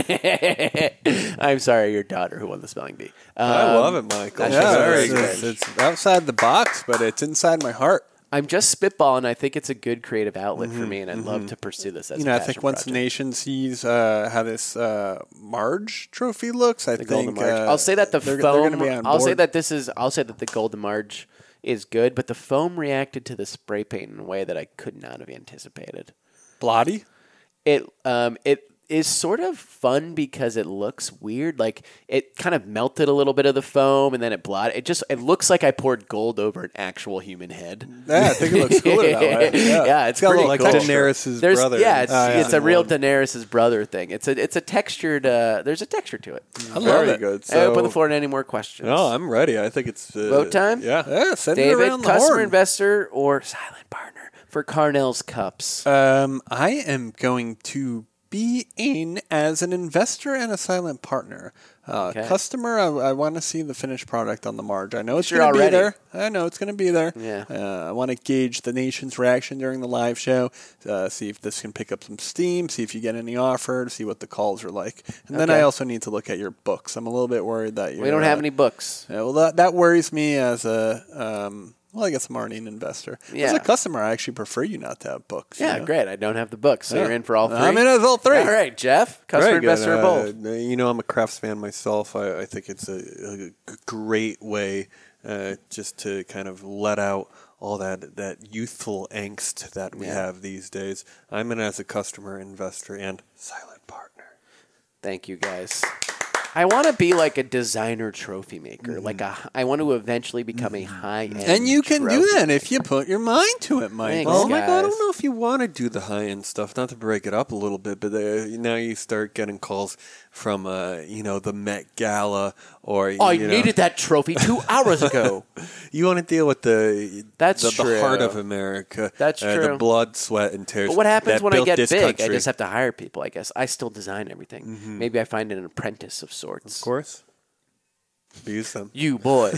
S3: [laughs] I'm sorry, your daughter who won the spelling bee.
S5: I
S3: Um,
S5: love it, Michael.
S3: that shit's very
S5: Very good.
S6: it's, it's outside the box, but it's inside my heart.
S3: I'm just spitballing. I think it's a good creative outlet
S5: Mm-hmm,
S3: for me, and I'd love to pursue this. As a
S6: you know, I
S3: passion
S6: think once the
S3: project.
S6: nation sees uh, how this uh, Marge trophy looks, I
S3: Golden
S6: think
S3: Marge.
S6: uh,
S3: I'll say that the
S6: they're, they're
S3: foam.
S6: gonna be on
S3: I'll say
S6: board.
S3: that this is. I'll say that the Golden Marge is good, but the foam reacted to the spray paint in a way that I could not have anticipated.
S6: Blotty.
S3: It um it is sort of fun because it looks weird. Like it kind of melted a little bit of the foam, and then it blotted. It just it looks like I poured gold over an actual human head.
S6: Yeah, I think it looks cooler
S3: [laughs]
S6: that way.
S3: yeah. it's
S6: got a
S3: pretty
S6: little Ah, like
S3: cool.
S5: Daenerys's
S3: There's-
S5: brother.
S3: Yeah, it's,
S5: Oh, yeah.
S3: it's a real Daenerys's brother thing. It's a it's a textured. Uh, there's a texture to it.
S6: I love
S5: Very
S6: it.
S5: good.
S3: I open
S5: So-
S3: the floor to any more questions.
S5: No, I'm ready. I think it's uh,
S3: Vote time?
S5: Yeah.
S6: Yeah, send it
S3: David,
S6: around the
S3: customer
S6: horn.
S3: investor or silent partner for Carnell's cups.
S6: um, I am going to be in as an investor and a silent partner. Uh,
S3: Okay.
S6: Customer, I, I want to see the finished product on the Marge. I know it's
S3: Sure
S6: going to be
S3: already.
S6: there. I know it's going to be there.
S3: Yeah.
S6: Uh, I want to gauge the nation's reaction during the live show, uh, see if this can pick up some steam, see if you get any offered, see what the calls are like. And then
S3: Okay.
S6: I also need to look at your books. I'm a little bit worried that you
S3: we don't have any books.
S6: yeah, well, that, that worries me as a um, well, I guess I'm already an investor. As
S3: Yeah.
S6: a customer, I actually prefer you not to have books. you
S3: Yeah,
S6: know?
S3: great. I don't have the books, so
S6: Yeah.
S3: you're in for all three.
S6: I'm in as all three.
S3: All right, Jeff, customer
S5: Very good.
S3: investor or both.
S5: Uh, you know, I'm a crafts fan myself. I, I think it's a, a g- great way uh, just to kind of let out all that, that youthful angst that we
S3: Yeah.
S5: have these days. I'm in as a customer, investor, and silent partner.
S3: Thank you, guys. I want to be like a designer trophy maker. Like a, I want to eventually become a high end.
S6: And you can do that if you put your mind to it, Mike.
S3: Thanks,
S5: Well,
S3: guys.
S5: Michael, I don't know if you want to do the high end stuff. Not to break it up a little bit, but uh, now you start getting calls from, uh, you know, the Met Gala or
S6: Oh,
S3: I
S5: you know,
S3: needed that trophy two hours ago.
S5: You want to deal with the
S3: That's
S5: the,
S3: true.
S5: the heart of America.
S3: That's
S5: uh,
S3: true.
S5: The blood, sweat, and tears.
S3: But what happens
S5: that
S3: when I
S5: built
S3: get big?
S5: this
S3: I
S5: country.
S3: just have to hire people. I guess I still design everything. Maybe I find an apprentice of sorts.
S5: of course. Abuse them.
S3: You boy,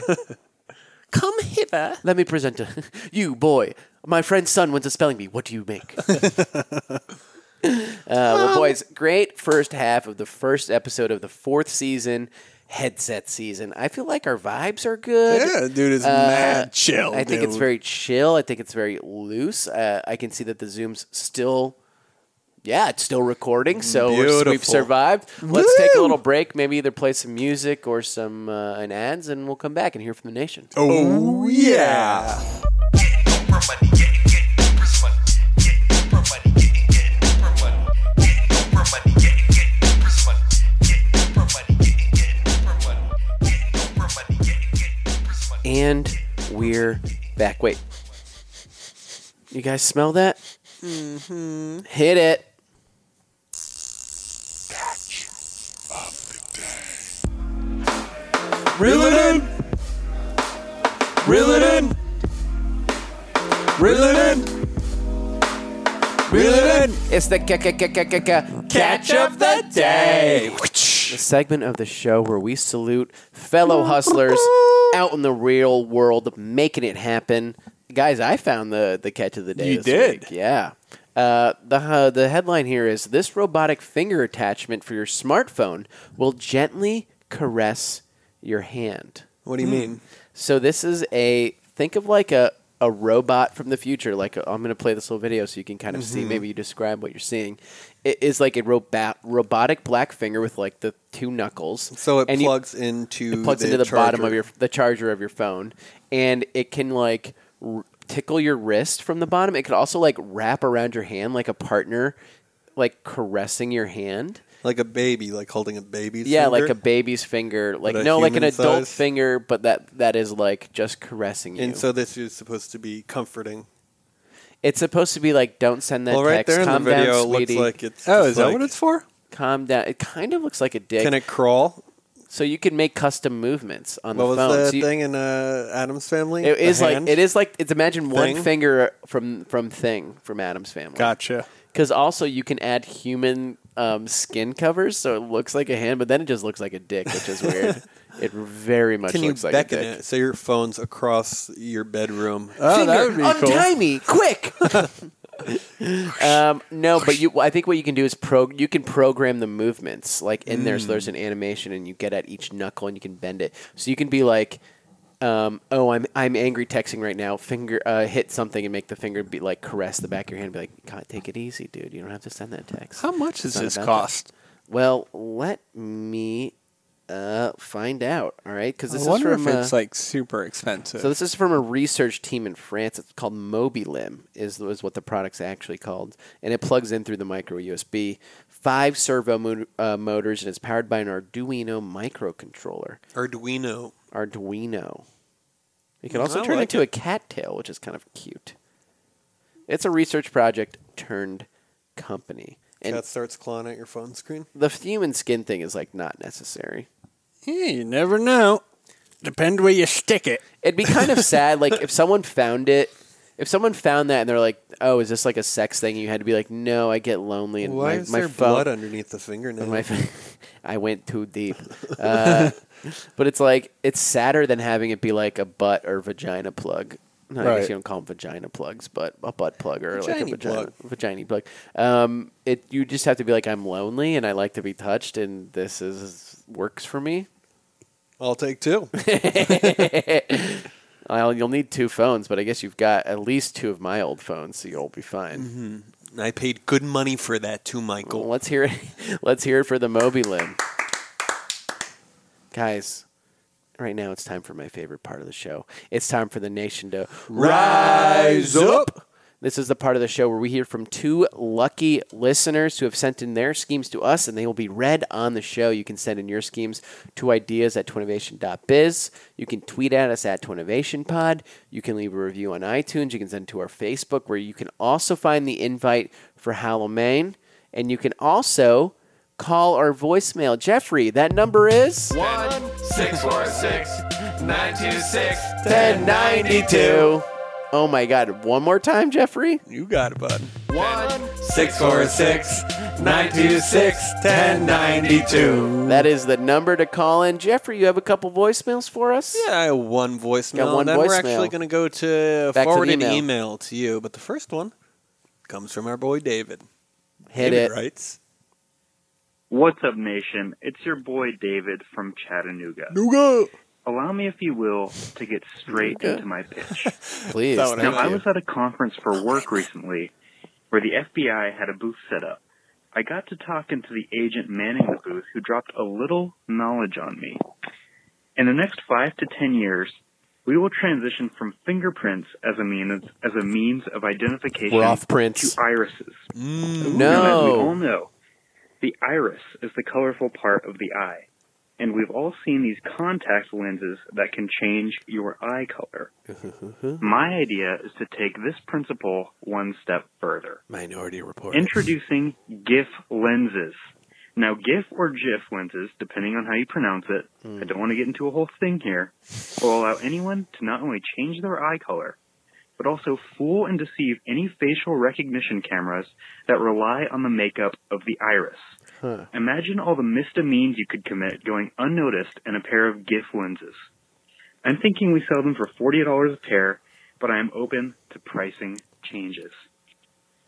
S3: [laughs] come hither. Let me present a [laughs] you boy. My friend's son went to spelling bee. What do you [laughs] make? uh, well, boys, great first half of the first episode of the fourth season, headset season. I feel like our vibes are good.
S6: Yeah, dude, it's
S3: Uh,
S6: mad chill.
S3: I think it's
S6: dude.
S3: very chill. I think it's very loose. Uh, I can see that the Zoom's still, yeah, it's still recording. So we're, we've
S5: Beautiful.
S3: survived. Let's take a
S6: Woo!
S3: little break. Maybe either play some music or some uh, an ads, and we'll come back and hear from the nation.
S6: Oh yeah.
S3: And we're back. Wait, you guys smell that? Mm-hmm.
S6: Mm-hmm.
S3: Hit it.
S5: Reel it in. Reel it in. Reel it in. Reel it in.
S3: It's the ca- ca- ca- ca- ca- ca-
S5: Catch of the day.
S3: the segment of the show where we salute fellow hustlers out in the real world of making it happen. Guys, I found the the catch of the day.
S6: You
S3: this
S6: did?
S3: week. yeah. Uh, the uh, the headline here is this robotic finger attachment for your smartphone will gently caress your hand.
S5: What do you mean?
S3: So this is a think of like a a robot from the future. Like i am I'm going to play this little video so you can kind of see.
S5: Mm-hmm.
S3: Maybe you describe what you're seeing. It is like a robot robotic black finger with like the two knuckles.
S5: So it
S3: and you-
S5: plugs into
S3: it plugs
S5: the
S3: into the bottom
S5: charger.
S3: of your the charger of your phone, and it can like r- tickle your wrist from the bottom. It could also like wrap around your hand like a partner, like caressing your hand.
S5: like a baby, like holding a baby's
S3: Yeah,
S5: finger
S3: like a baby's finger, like
S5: a
S3: no, like an
S5: human
S3: adult
S5: size?
S3: finger, but that that is like just caressing you.
S5: And so this is supposed to be comforting.
S3: It's supposed to be like, don't send that
S5: well, right
S3: text.
S5: there in
S3: Calm
S5: the video,
S3: down,
S5: it looks
S3: sweetie.
S5: like it's.
S6: Oh,
S5: just
S6: is that
S5: like-
S6: what it's for?
S3: Calm down. It kind of looks like a dick.
S5: Can it crawl?
S3: so you can make custom movements on
S5: What
S3: the
S5: was
S3: phone.
S5: the
S3: So you-
S5: thing in uh, Adam's family?
S3: It
S5: The
S3: is like
S5: hand?
S3: it is like it's imagine one
S5: Thing?
S3: finger from from thing from Adam's family.
S6: Gotcha.
S3: Because also you can add human um, skin covers, so it looks like a hand, but then it just looks like a dick, which is
S5: [laughs]
S3: weird. it very much
S5: Can you
S3: looks like
S5: beckon
S3: a dick.
S5: it so your phone's across your bedroom?
S6: Oh, that would be
S3: untie me quick.
S6: [laughs]
S3: um, no, but you. I think what you can do is pro. You can program the movements like in there. So there's
S6: Mm.
S3: an animation, and you get at each knuckle, and you can bend it. So you can be like, um, "Oh, I'm I'm angry texting right now. Finger uh, hit something and make the finger be like caress the back of your hand. And be like, God, take it easy, dude. You don't have to send that text.
S6: How much does
S3: Not
S6: this
S3: about
S6: cost?
S3: Well, let me uh, find out. All right, because this
S6: I wonder
S3: is from
S6: if it's
S3: uh,
S6: like super expensive.
S3: so this is from a research team in France. It's called Mobilim, is, is what the product's actually called, and it plugs in through the micro USB. Five servo mo- uh, motors, and it's powered by an Arduino microcontroller.
S5: Arduino.
S3: Arduino. You can also
S5: Oh, I
S3: turn
S5: like
S3: it into a cattail, which is kind of cute. It's a research project turned company, and
S5: Cat starts clawing at your phone screen.
S3: the human skin thing is like not necessary.
S6: yeah, you never know. Depend where you stick it.
S3: It'd be kind
S5: [laughs]
S3: of sad, like if someone found it, if someone found that and they're like, "Oh, is this like a sex thing?" You had to be like, "No, I get lonely and
S5: Why
S3: my,
S5: is
S3: my
S5: there
S3: phone,
S5: blood underneath the
S3: [laughs]
S5: fingernail?
S3: my phone- I went too
S5: [laughs]
S3: deep." Uh, but it's like it's sadder than having it be like a butt or vagina plug. No, I guess
S6: Right.
S3: you don't call them vagina plugs, but a butt plug or like a
S5: Vaginy
S3: vagina
S5: plug.
S3: vagina plug. Um, it you just have to be like, "I'm lonely and I like to be touched, and this is works for me."
S5: I'll take two.
S3: Well, you'll need two phones, but I guess you've got at least two of my old phones, so you'll be fine.
S5: I paid good money for that too,
S3: Well,
S5: Michael.
S3: let's hear it. [laughs] Let's hear it for the Moby Lim, guys. Right now, it's time for my favorite part of the show. It's time for the nation to rise up. This is the part of the show where we hear from two lucky listeners who have sent in their schemes to us, and they will be read on the show. You can send in your schemes to ideas at twinnovation.biz. You can tweet at us at twinnovationpod. You can leave a review on iTunes. You can send it to our Facebook, where you can also find the invite for Halloween. And you can also call our voicemail. Jeffrey, that number is 1092. Oh my God. One more time, Jeffrey.
S5: You got it, bud.
S3: That is the number to call in. Jeffrey, you have a couple voicemails for us?
S5: Yeah, I have one voicemail.
S3: Got one
S5: and then we're
S3: voicemail.
S5: actually going to go
S3: Back to
S5: to
S3: the
S5: forward an
S3: email.
S5: email to you. But the first one comes from our boy David.
S3: Hit
S5: David
S3: it.
S5: writes,
S7: What's up, nation? It's your boy David from Chattanooga.
S6: Nuga.
S7: Allow me, if you will, to get straight into my pitch.
S3: Please.
S5: That one
S7: now,
S3: Thank
S7: I
S3: you.
S7: was at a conference for work recently where the FBI had a booth set up. I got to talking to the agent manning the booth who dropped a little knowledge on me. In the next five to ten years, we will transition from fingerprints as a means as a means of identification
S3: We're off prints.
S7: to irises. Now, as we
S3: No.
S7: all know, the iris is the colorful part of the eye, and we've all seen these contact lenses that can change your eye color. My idea is to take this principle one step further.
S3: Minority Report.
S7: Introducing GIF lenses. Now, GIF or GIF lenses, depending on how you pronounce it, I don't want to get into a whole thing here, will allow anyone to not only change their eye color, but also fool and deceive any facial recognition cameras that rely on the makeup of the iris. Imagine all the misdemeans you could commit going unnoticed in a pair of GIF lenses. I'm thinking we sell them for $40 a pair, but I am open to pricing changes.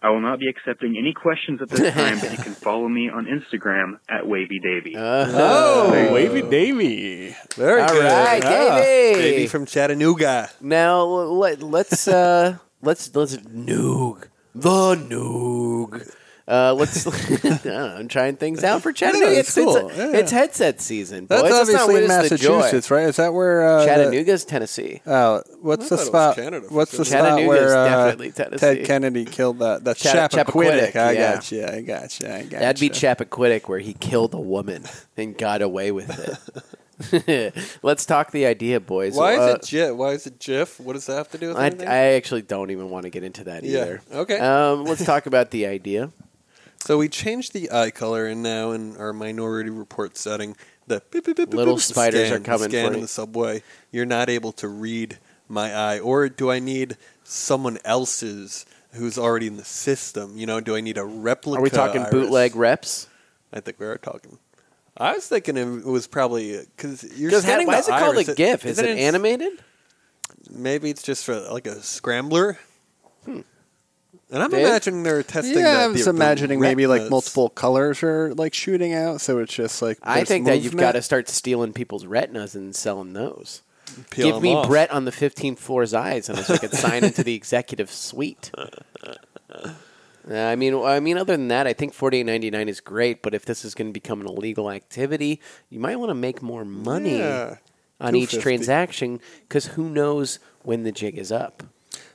S7: I will not be accepting any questions at this time, but you can follow me on Instagram at WavyDavy.
S6: Oh, Wavy Davy.
S5: Very
S3: All
S5: good.
S3: right,
S5: Ah,
S3: David.
S5: David from Chattanooga.
S3: Now let, let's uh, let's let's noog the noog. Uh, let's. [laughs] I don't know, I'm trying things out for Chattanooga.
S6: Yeah, it's
S3: it's,
S6: cool.
S3: it's,
S6: Yeah.
S3: it's headset season.
S6: That's
S3: boys. Let's not
S6: obviously in
S3: witness the joy.
S6: Massachusetts, right? Is that where uh, the-
S3: Chattanooga's Tennessee.
S6: Oh, what's
S5: thought
S6: the
S5: it was
S6: spot?
S5: Canada for
S6: What's the
S5: sure.
S6: spot
S3: Chattanooga's
S6: where uh,
S3: definitely Tennessee.
S6: Ted Kennedy killed that? That's
S3: Chatta-
S6: Chappaquiddick.
S3: Chappaquiddick,
S6: I
S3: yeah.
S6: got you. I got you. I got
S3: That'd be Chappaquiddick, where he killed a woman and got away with it. [laughs] let's talk the idea, boys.
S5: Why
S3: Uh,
S5: is it GIF? Why is it GIF? What does that have to do with
S3: I,
S5: anything?
S3: I actually don't even want to get into that
S5: Yeah,
S3: either.
S5: okay.
S3: Um, let's talk about the
S5: [laughs]
S3: idea.
S5: so we changed the eye color, and now in our minority report setting, the beep, beep, beep, beep,
S3: Little
S5: beep, the
S3: spiders
S5: scan,
S3: are coming
S5: The scan
S3: for
S5: in
S3: you.
S5: the subway. You're not able to read my eye, or do I need someone else's who's already in the system? You know, do I need a replica?
S3: Are we talking
S5: iris?
S3: bootleg reps?
S5: I think we are talking. I was thinking it was probably because you're
S3: Because
S5: scanning
S3: why
S5: the
S3: is it called
S5: iris.
S3: a GIF? Is
S5: isn't
S3: it animated?
S5: Maybe it's just for like a scrambler. And I'm
S3: Big?
S5: imagining they're testing.
S6: Hmm. Yeah,
S5: the-
S6: I was
S5: the- the
S6: imagining maybe like
S5: retinas.
S6: multiple colors are like shooting out, so it's just like
S3: I
S6: there's
S3: think that you've
S6: movement.
S3: got to start stealing people's retinas and selling those.
S5: Peel
S3: Give
S5: them
S3: me
S5: off.
S3: Brett on the 15th floor's eyes, and I could sign into
S5: [laughs]
S3: the executive suite. Uh, I mean, I mean. Other than that, I think forty-eight ninety-nine is great. But if this is going to become an illegal activity, you might want to make more money
S5: Yeah.
S3: on each
S6: 250.
S3: transaction because who knows when the jig is up.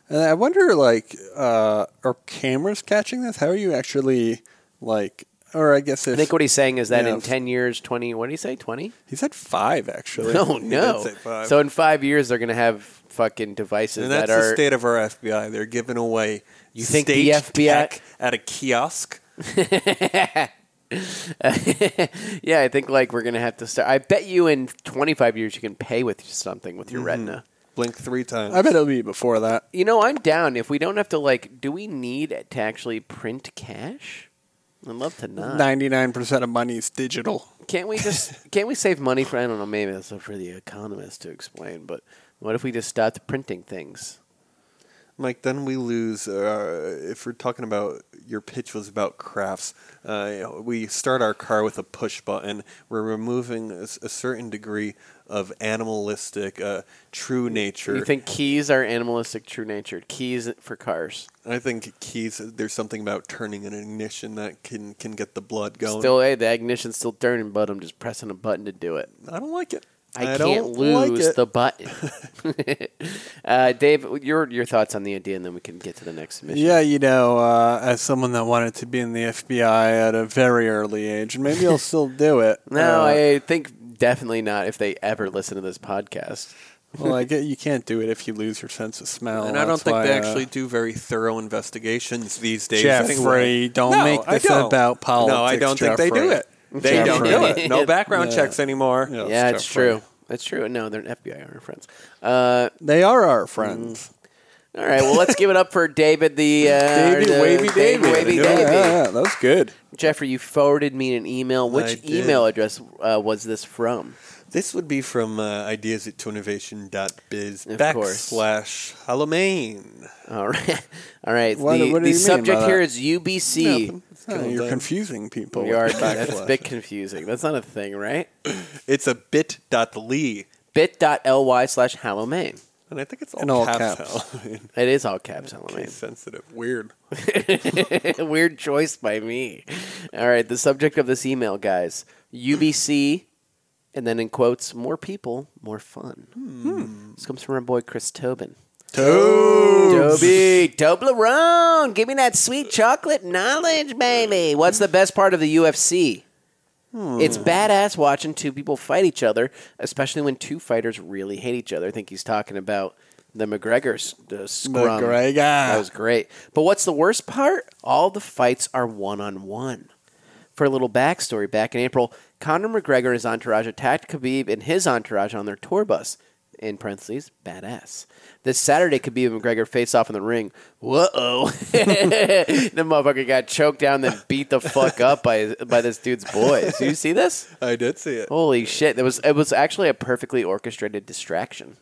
S6: And I wonder, like, uh, are cameras catching this? How are you actually like? Or I guess if,
S3: I think what he's saying is that
S6: Yeah.
S3: in ten years, twenty. What did he say?
S5: [laughs]
S3: Twenty?
S6: he said five actually. [laughs]
S3: No,
S5: did
S3: no.
S5: say five.
S3: So in five years, they're going to have fucking devices
S5: And
S3: that
S5: that's the
S3: are
S5: state of our FBI. They're giving away you
S3: think the FBI
S5: tech at a kiosk.
S3: [laughs] yeah, I think like we're gonna have to start. I bet you in 25 years you can pay with something with your retina.
S5: Blink three times.
S6: I bet it'll be before that.
S3: You know, I'm down if we don't have to like. Do we need to actually print cash? I'd love to not.
S6: Ninety-nine percent of money is digital.
S3: Can't we just? can't we save money for? I don't know. Maybe that's for the economist to explain. But what if we just stopped printing things?
S5: Mike, then we lose. Uh, if we're talking about your pitch was about crafts, uh, you know, we start our car with a push button. We're removing a, s- a certain degree of animalistic, uh, true nature.
S3: You think keys are animalistic, true nature? Keys for cars.
S5: I think keys. There's something about turning an ignition that can can get the blood going.
S3: Still, hey, the ignition's still turning, but I'm just pressing a button to do it.
S5: I don't like it.
S3: I,
S5: I
S3: can't
S5: don't like
S3: lose
S5: it.
S3: the
S6: [laughs]
S3: button. [laughs] uh, Dave, your your thoughts on the idea, and then we can get to the next submission.
S6: Yeah, you know, uh, as someone that wanted to be in the FBI at a very early age, and maybe I'll still do it.
S3: [laughs] No,
S6: Uh,
S3: I think definitely not if they ever listen to this podcast.
S6: well, I get you can't do it if you lose your sense of smell.
S5: and I don't
S6: That's
S5: think
S6: why,
S5: they
S6: uh,
S5: actually do very thorough investigations these days. anyway.
S6: Jeffrey, don't
S5: No,
S6: make
S5: I
S6: this
S5: don't.
S6: about politics.
S5: No, I don't think they do
S6: Jeffrey.
S5: it. They don't do
S3: Jeffrey. [laughs]
S5: it. No background
S6: Yeah.
S5: checks anymore.
S6: Yeah.
S3: yeah,
S6: it's
S3: it's
S6: Jeffrey.
S3: true. It's true. No, they're FBI aren't friends. Uh,
S6: They are our friends.
S3: Mm. all right, well, let's give it up for David the uh,
S6: [laughs] Davey,
S3: the-
S6: wavy
S3: Dave
S6: Davey.
S3: Wavy
S6: Yeah,
S3: Davey.
S6: yeah, that was good.
S3: Jeffrey, you forwarded me an email.
S5: I
S3: Which
S5: did.
S3: email address uh, was this from?
S5: This would be from uh, ideas at toinnovation.biz
S3: Of course.
S5: backslash Halloween.
S3: All right, [laughs] all right.
S6: What-
S3: the
S6: what do
S3: the
S6: you mean
S3: subject
S6: by
S3: here
S6: that?
S3: is UBC.
S6: Oh,
S5: Cool,
S6: you're
S5: Dave.
S6: confusing people.
S3: We [laughs]
S6: with
S3: are.
S6: the
S3: That's a
S6: backslash.
S3: bit confusing. That's not a thing, right?
S5: It's a bit.ly.
S3: Bit.ly slash Halloween.
S5: And I think it's all,
S6: In all
S5: caps. [laughs]
S6: caps.
S5: Halloween.
S3: It is all caps Halloween.
S5: It's sensitive. Weird.
S3: [laughs] Weird choice by me. All right, the subject of this email, guys. UBC, and then in quotes, more people, more fun. This comes from our boy Chris Tobin. Toby, Toblerone, give me that sweet chocolate knowledge, baby. What's the best part of the UFC? It's badass watching two people fight each other, especially when two fighters really hate each other. I think he's talking about the McGregor's the scrum.
S6: McGregor.
S3: That was great. But what's the worst part? All the fights are one on one. For a little backstory, back in April, Conor McGregor and his entourage attacked Khabib and his entourage on their tour bus. In parentheses, badass. This Saturday, Khabib and McGregor face off in the ring. Whoa! [laughs] the motherfucker got choked down, then beat the fuck up by by this dude's boys. Do you see this?
S5: I did see it.
S3: Holy shit! That was it. Was actually a perfectly orchestrated distraction.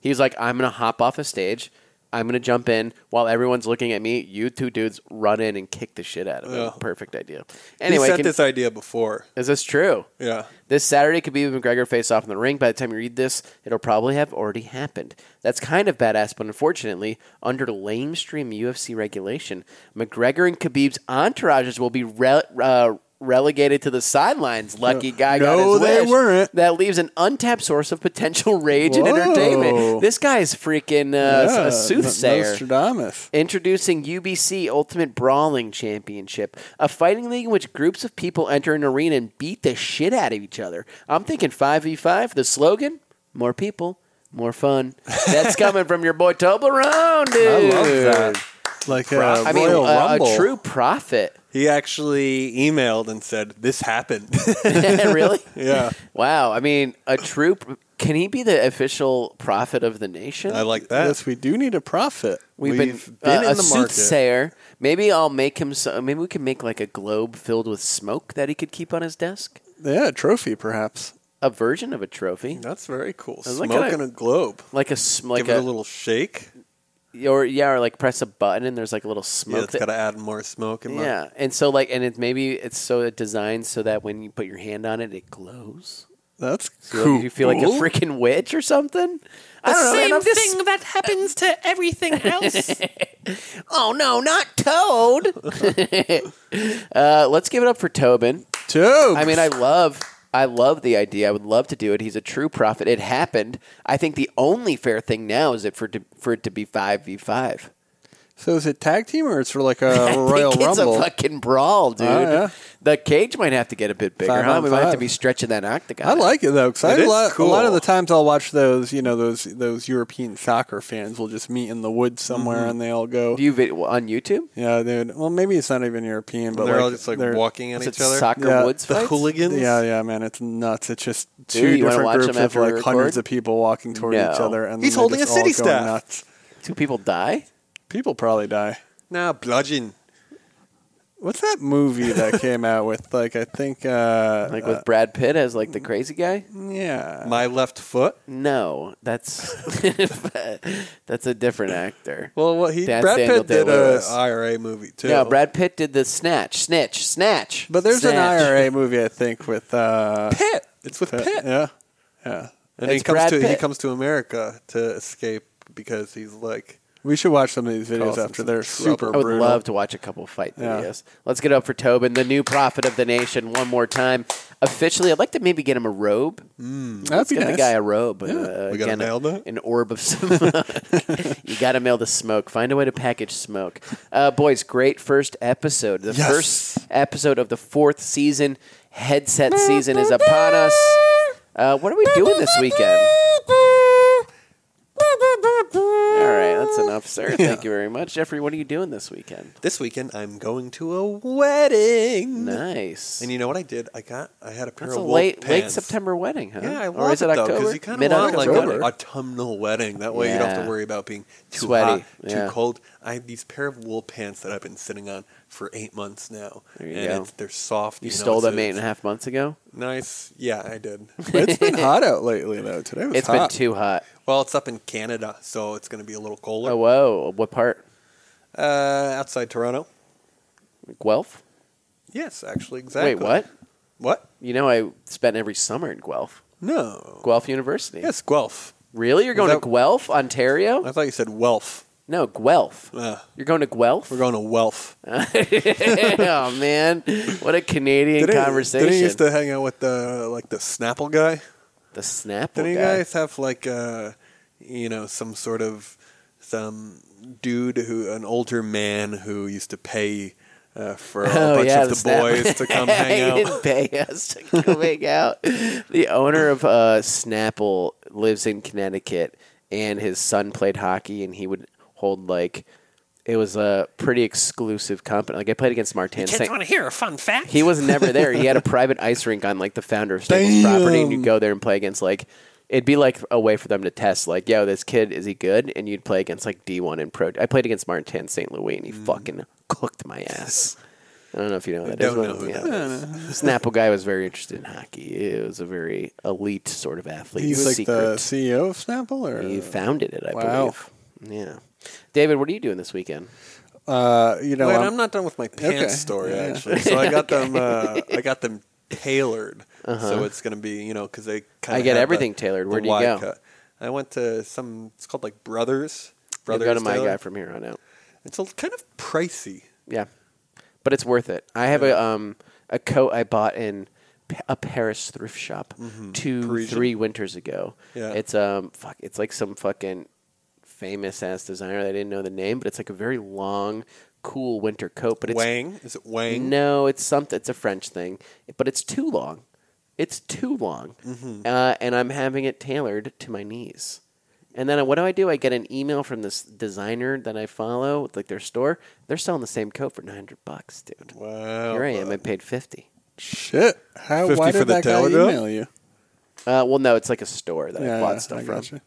S3: He was like, "I'm gonna hop off a stage. I'm gonna jump in while everyone's looking at me. You two dudes run in and kick the shit out of him.
S5: Yeah.
S3: Perfect idea."
S5: Anyway,
S3: Anyway,
S5: he sent
S3: can-
S5: this idea before.
S3: is this true?
S5: Yeah.
S3: This Saturday, Khabib and McGregor face off in the ring. By the time you read this, it'll probably have already happened. That's kind of badass, but unfortunately, under lamestream UFC regulation, McGregor and Khabib's entourages will be re- uh, relegated to the sidelines. Lucky guy got
S6: No,
S3: his
S6: they
S3: wish.
S6: weren't.
S3: That leaves an untapped source of potential rage and
S6: Whoa.
S3: entertainment. This guy is freaking uh,
S6: Yeah,
S3: a soothsayer.
S6: Nostradamus.
S3: Introducing UBC Ultimate Brawling Championship, a fighting league in which groups of people enter an arena and beat the shit out of each other. I'm thinking 5v5, the slogan more people, more
S6: [laughs]
S3: fun. That's coming from your boy Toblerone, dude.
S6: I love that. Like a
S3: I mean, uh,
S6: Royal
S3: a- a,
S6: Rumble.
S3: true
S6: [laughs]
S3: prophet. [laughs]
S5: He actually emailed and said, This happened. [laughs]
S3: really?
S5: yeah.
S3: Wow. I mean, a true. pr- Can he be the official prophet of the nation?
S5: I like that.
S6: Yes, we do need a prophet.
S3: Uh, We've, been,
S5: We've been
S3: uh,
S5: in
S3: a
S5: the market.
S3: soothsayer. Maybe I'll make him. So, maybe we can make like a globe filled with smoke that he could keep on his desk.
S6: Yeah, a trophy perhaps.
S3: A version of a trophy,
S5: That's very cool.
S3: was like,
S5: Smoke
S3: can
S5: in
S3: I-
S5: a globe.
S3: like a sm- like
S5: Give
S3: a,
S5: it a little shake.
S3: or yeah, or like press a button and there's like a little
S5: Yeah,
S3: smoke.
S5: it's
S3: that,
S5: got to add more smoke. In my-
S3: yeah, and so like and it's maybe it's so designed so that when you put your hand on it, it glows.
S6: That's
S3: So
S6: cool.
S3: You feel like a freaking witch or something. I don't know. man, I'm just-
S8: that happens to everything else.
S3: [laughs] oh no, not Toad. [laughs] uh, let's give it up for Tobin.
S6: Tobes.
S3: I mean, I love. I love the idea. I would love to do it. He's a true prophet. It happened. I think the only fair thing now is it for to, for it to be five v five. [laughs]
S6: so is it tag team or it's for like
S3: I
S6: a Uh, Royal
S3: think it's
S6: Rumble?
S3: a fucking brawl, dude.
S6: Oh, yeah.
S3: The cage might have to get a bit bigger.
S6: Five
S3: huh?
S6: on
S3: We might have to
S6: five.
S3: be stretching that octagon.
S6: I like it though, because
S5: It
S6: a,
S5: is
S6: lot- a lot of
S5: cool.
S6: the times I'll watch those. You know, those those European soccer fans will just meet in the woods somewhere and they all go.
S3: Mm-hmm. Do you vid- on YouTube?
S6: yeah, dude. Well, maybe it's not even European, but
S5: they're
S6: like,
S5: all just like
S6: they're-
S5: walking at
S3: Is it
S5: each other.
S3: soccer
S6: Yeah,
S3: woods
S5: the
S3: fights?
S5: hooligans.
S6: Yeah, yeah, man, it's nuts. It's just two
S3: Dude, you wanna
S6: different
S3: watch
S6: groups
S3: them
S6: of
S3: after we
S6: like hundreds
S3: record?
S6: of people walking toward each
S3: No.
S6: other, and
S5: He's
S6: they're
S5: holding
S6: just
S5: a city
S6: all going
S5: staff.
S6: Nuts.
S3: Two people die.
S6: People probably die.
S5: Nah, bludgeon.
S6: What's that movie that came out with? Like, I think, uh,
S3: Like with Brad Pitt as like the crazy guy.
S6: yeah,
S5: My left foot.
S3: No,
S6: [laughs]
S3: that's that's a different actor.
S5: Well, what he
S3: That's
S5: Brad
S3: Daniel
S5: Pitt did a
S3: Day-Lewis.
S5: IRA movie too.
S3: No, Brad Pitt did the snatch, snitch, snatch.
S6: but there's an
S3: snatch.
S6: IRA movie I think with uh,
S5: Pitt. It's with Pitt.
S6: Yeah,
S5: And he
S3: It's
S5: comes
S3: Brad
S5: to he
S3: Pitt.
S5: comes to America to escape because he's like
S6: We should watch some of these videos
S3: Cause
S6: after.
S3: some
S6: They're super
S3: I would
S6: brutal.
S3: love to watch a couple fight
S6: Yeah.
S3: videos. Let's get up for Tobin, the new prophet of the nation, one more time. Officially, I'd like to maybe get him a robe.
S6: That'd
S3: Let's
S6: be
S3: get
S6: nice.
S3: the guy a robe.
S5: we gotta
S3: again,
S5: mail that?
S3: An orb of smoke. [laughs] you got to mail the smoke. Find a way to package smoke. Uh, boys, great first episode. The
S6: Yes.
S3: first episode of the fourth season. Headset season is upon us. Uh, what are we doing this weekend? All right, that's enough,
S5: [laughs]
S3: sir. Thank you very much. Jeffrey, what are you doing this weekend?
S5: This weekend, I'm going to a wedding.
S3: Nice.
S5: And you know what I did? I got I had a pair
S3: That's
S5: of
S3: a
S5: wool
S3: late late
S5: pants.
S3: September wedding, huh?
S5: Yeah, I
S3: or
S5: want
S3: is it,
S5: it though,
S3: October?
S5: you kind of want like
S3: Mid-October.
S5: an autumnal wedding. That way you don't have
S3: Yeah.
S5: to worry about being too
S3: Sweaty,
S5: hot,
S3: yeah.
S5: too cold. I have these pair of wool pants that I've been sitting on for eight months now,
S3: There you
S5: and
S3: go.
S5: It's, they're soft.
S3: you
S5: know,
S3: stole
S5: so
S3: them eight
S5: it's
S3: and a half months ago.
S5: Nice. Yeah, I did. [laughs]
S6: But it's been hot out lately though. Today was
S3: It's been
S6: hot.
S3: too hot.
S5: well, it's up in Canada, so it's going to be a little
S3: Oh,
S5: colder.
S3: whoa. What part?
S5: Uh, outside Toronto.
S3: Guelph?
S5: Yes, actually, exactly.
S3: Wait, what?
S5: What?
S3: You know, I spent every summer in Guelph.
S5: No.
S3: Guelph University.
S5: Yes, Guelph.
S3: Really? You're going
S5: that-
S3: to Guelph, Ontario?
S5: I thought you said Welf.
S3: no, Guelph.
S5: Uh,
S3: You're going to Guelph?
S5: we're going to Welf.
S3: [laughs] oh, man. What a Canadian
S5: Didn't-
S3: conversation.
S5: Didn't you used to hang out with the like the Snapple guy?
S3: the Snapple
S5: Didn't
S3: guy.
S5: you guys have like uh you know some sort of some dude who an older man who used to pay uh, for a
S3: Oh,
S5: bunch
S3: yeah,
S5: of
S3: the
S5: the,
S3: Snap- [laughs]
S5: boys to come hang
S3: He
S5: out.
S3: didn't pay us to come hang
S5: [laughs]
S3: out. The owner of uh, Snapple lives in Connecticut, and his son played hockey, and he would hold like it was a pretty exclusive company. Like I played against Martin.
S8: Kids
S3: Saint-
S8: want to hear a fun fact?
S3: he was never there. He had a private ice rink on like the founder of Staples property, and you go there and play against like. It'd be like a way for them to test, like, yo, this kid is he good? And you'd play against like D one and pro. I played against Martin St. Louis, and he fucking cooked my ass. I don't know if you know who that is,
S5: don't
S3: but,
S5: know who
S3: yeah.
S5: that is.
S3: Snapple guy was very interested in hockey. He was a very elite sort of athlete.
S6: He's
S3: It was
S6: like the
S3: secret.
S6: CEO of Snapple, or
S3: he founded it, I
S6: Wow.
S3: believe. Yeah, David, what are you doing this weekend?
S6: uh, you know,
S5: Wait,
S6: I'm-
S5: I'm not done with my pants
S6: Okay.
S5: story actually. So
S3: [laughs]
S5: I got them. Uh, I got them tailored. So it's gonna be you know because they kind
S3: Uh-huh. I
S5: of
S3: get everything tailored. Where do you go?
S5: I went to some. It's called like Brothers.
S3: You'll
S5: Brothers.
S3: go to my
S5: Tailor.
S3: guy from here on out.
S5: It's a, kind of pricey.
S3: Yeah, but it's worth it. I have a um a coat I bought in Pa- a Paris thrift shop two
S5: Mm-hmm. Parisian.
S3: three winters ago.
S5: Yeah.
S3: it's um fuck, it's like some fucking famous ass designer that I didn't know the name, but it's like a very long, cool winter coat. But it's
S5: Wang is it Wang?
S3: No, it's something. It's a French thing, but it's too long. It's too long,
S6: Mm-hmm.
S3: uh, and I'm having it tailored to my knees. And then what do I do? I get an email from this designer that I follow, like their store. They're selling the same coat for nine hundred bucks, dude.
S6: Oh,
S5: Wow.
S3: Here I am. I paid fifty.
S6: shit. How
S5: 50
S6: why
S5: for
S6: did
S5: the
S6: that guy
S5: tailor bill?
S6: email you?
S3: Uh, well, no, it's like a store that I
S6: Yeah,
S3: bought stuff
S6: I
S3: from.
S6: gotcha.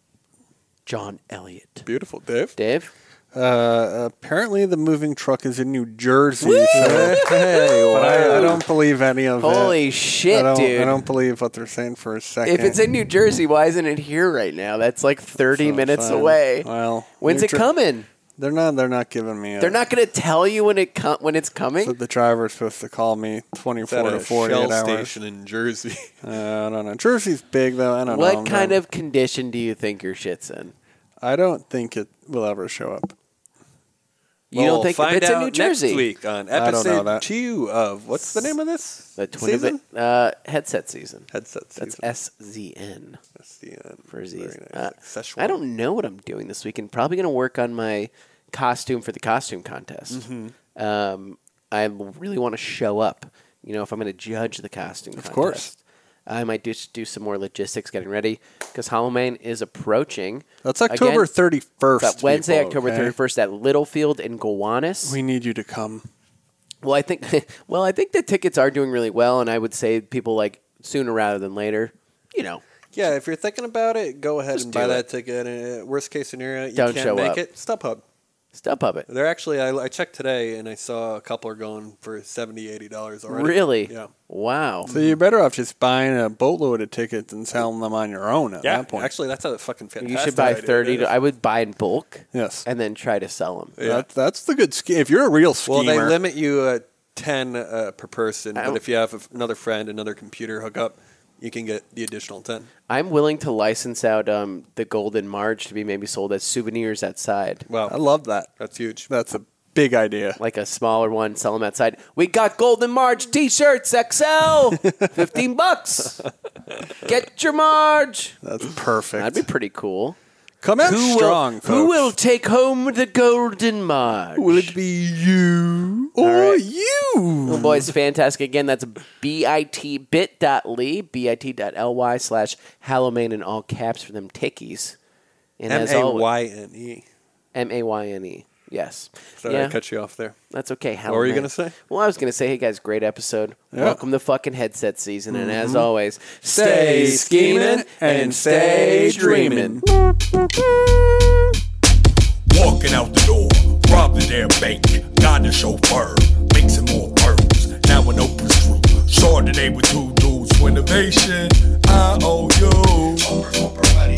S3: John Elliott,
S5: Beautiful, Dave.
S3: Dave.
S6: Uh, apparently, the moving truck is in New Jersey.
S3: [laughs]
S6: So, hey, but I, I don't believe any of it.
S3: Holy shit,
S6: I don't,
S3: dude!
S6: I don't believe what they're saying for a second.
S3: if it's in New Jersey, why isn't it here right now? That's like thirty
S6: So,
S3: minutes
S6: fine.
S3: away.
S6: Well,
S3: When's
S6: New
S3: it
S6: Jer-
S3: coming?
S6: They're not. They're not giving me. A,
S3: They're not going to tell you when it com- when it's coming.
S6: So the driver's supposed to call me twenty
S5: It's at
S6: four to
S5: a
S6: forty
S5: Shell
S6: eight hours.
S5: station in Jersey.
S6: Uh, I don't know. Jersey's big though. I don't
S3: what
S6: know. I'm
S3: kind
S6: not-
S3: of condition do you think your shit's in?
S6: I don't think it will ever show up.
S3: [laughs] You don't think
S5: find
S3: it's
S5: out
S3: in New Jersey?
S5: next week on
S6: I don't know
S5: episode
S6: that.
S5: two of what's the name of this?
S3: The twenty
S5: season?
S3: bit uh, headset season.
S5: Headset
S3: That's
S5: season.
S3: S Z N
S5: That's the end.
S3: for Z.
S5: Very nice.
S3: Uh,
S5: Szechuan.
S3: I don't know what I'm doing this weekend. Probably going to work on my costume for the costume contest.
S5: Mm-hmm.
S3: Um, I really want to show up. You know, if I'm going to judge the costume, contest,
S6: course.
S3: I might just do some more logistics getting ready because Halloween is approaching.
S6: That's
S3: Again,
S6: October thirty first.
S3: That Wednesday, October 31st at Littlefield in Gowanus.
S6: We need you to come.
S3: well, I think [laughs] well, I think the tickets are doing really well and I would say people like sooner rather than later, you know.
S5: Yeah, if you're thinking about it, go ahead
S3: Just
S5: and buy
S3: do it.
S5: that ticket. And, uh, worst case scenario, you
S3: Don't
S5: can't
S3: show
S5: make
S3: up.
S5: it. StubHub.
S3: Stub puppet.
S5: They're actually. I, I checked today, and I saw a couple are going for 70 dollars already.
S3: Really?
S5: Yeah.
S3: Wow.
S6: So you're better off just buying a boatload of tickets and selling them on your own at that point.
S5: Actually, that's a fucking fantastic.
S3: you should buy
S5: idea.
S3: 30
S5: It
S3: to,
S5: is.
S3: I would buy in bulk
S6: yes.
S3: and then try to sell them.
S5: Yeah.
S6: That, that's the good scheme. If you're a real schemer,
S5: Well, they limit you at 10 uh, per person,
S3: I
S5: but
S3: don't-
S5: if you have another friend, another computer hookup, you can get the additional 10.
S3: I'm willing to license out um, the Golden Marge to be maybe sold as souvenirs outside.
S5: Wow.
S6: I love that.
S5: That's huge.
S6: That's a big idea.
S3: Like a smaller one, sell them outside. We got Golden Marge t shirts,
S5: [laughs]
S3: XL! 15 bucks! Get your Marge!
S5: [clears throat]
S6: That's perfect.
S3: That'd be pretty cool.
S6: Come out
S3: Who
S6: strong,
S3: will,
S6: folks.
S3: who will take home the Golden Marge?
S6: Will it be you or
S3: right.
S6: you?
S3: Boom Boys Fantastic. Again, that's bit bit.ly, bit.ly slash Halloween in all caps for them tickies. And
S5: M
S3: as
S5: A
S3: always,
S5: Y N E.
S3: M A Y N E. Yes.
S5: Sorry,
S3: yeah,
S5: I cut you off there.
S3: that's okay. Halloween.
S5: What were you going to say?
S3: Well, I was going to say, hey guys, great episode.
S6: Yeah. Mm-hmm.
S3: Welcome to fucking headset season. And as always,
S6: Stay scheming and stay dreaming.
S2: Walking out the door, robbed the damn bank, got the chauffeur, mixing more pearls. Now an open screw. Chardonnay with two dudes for innovation. I owe you.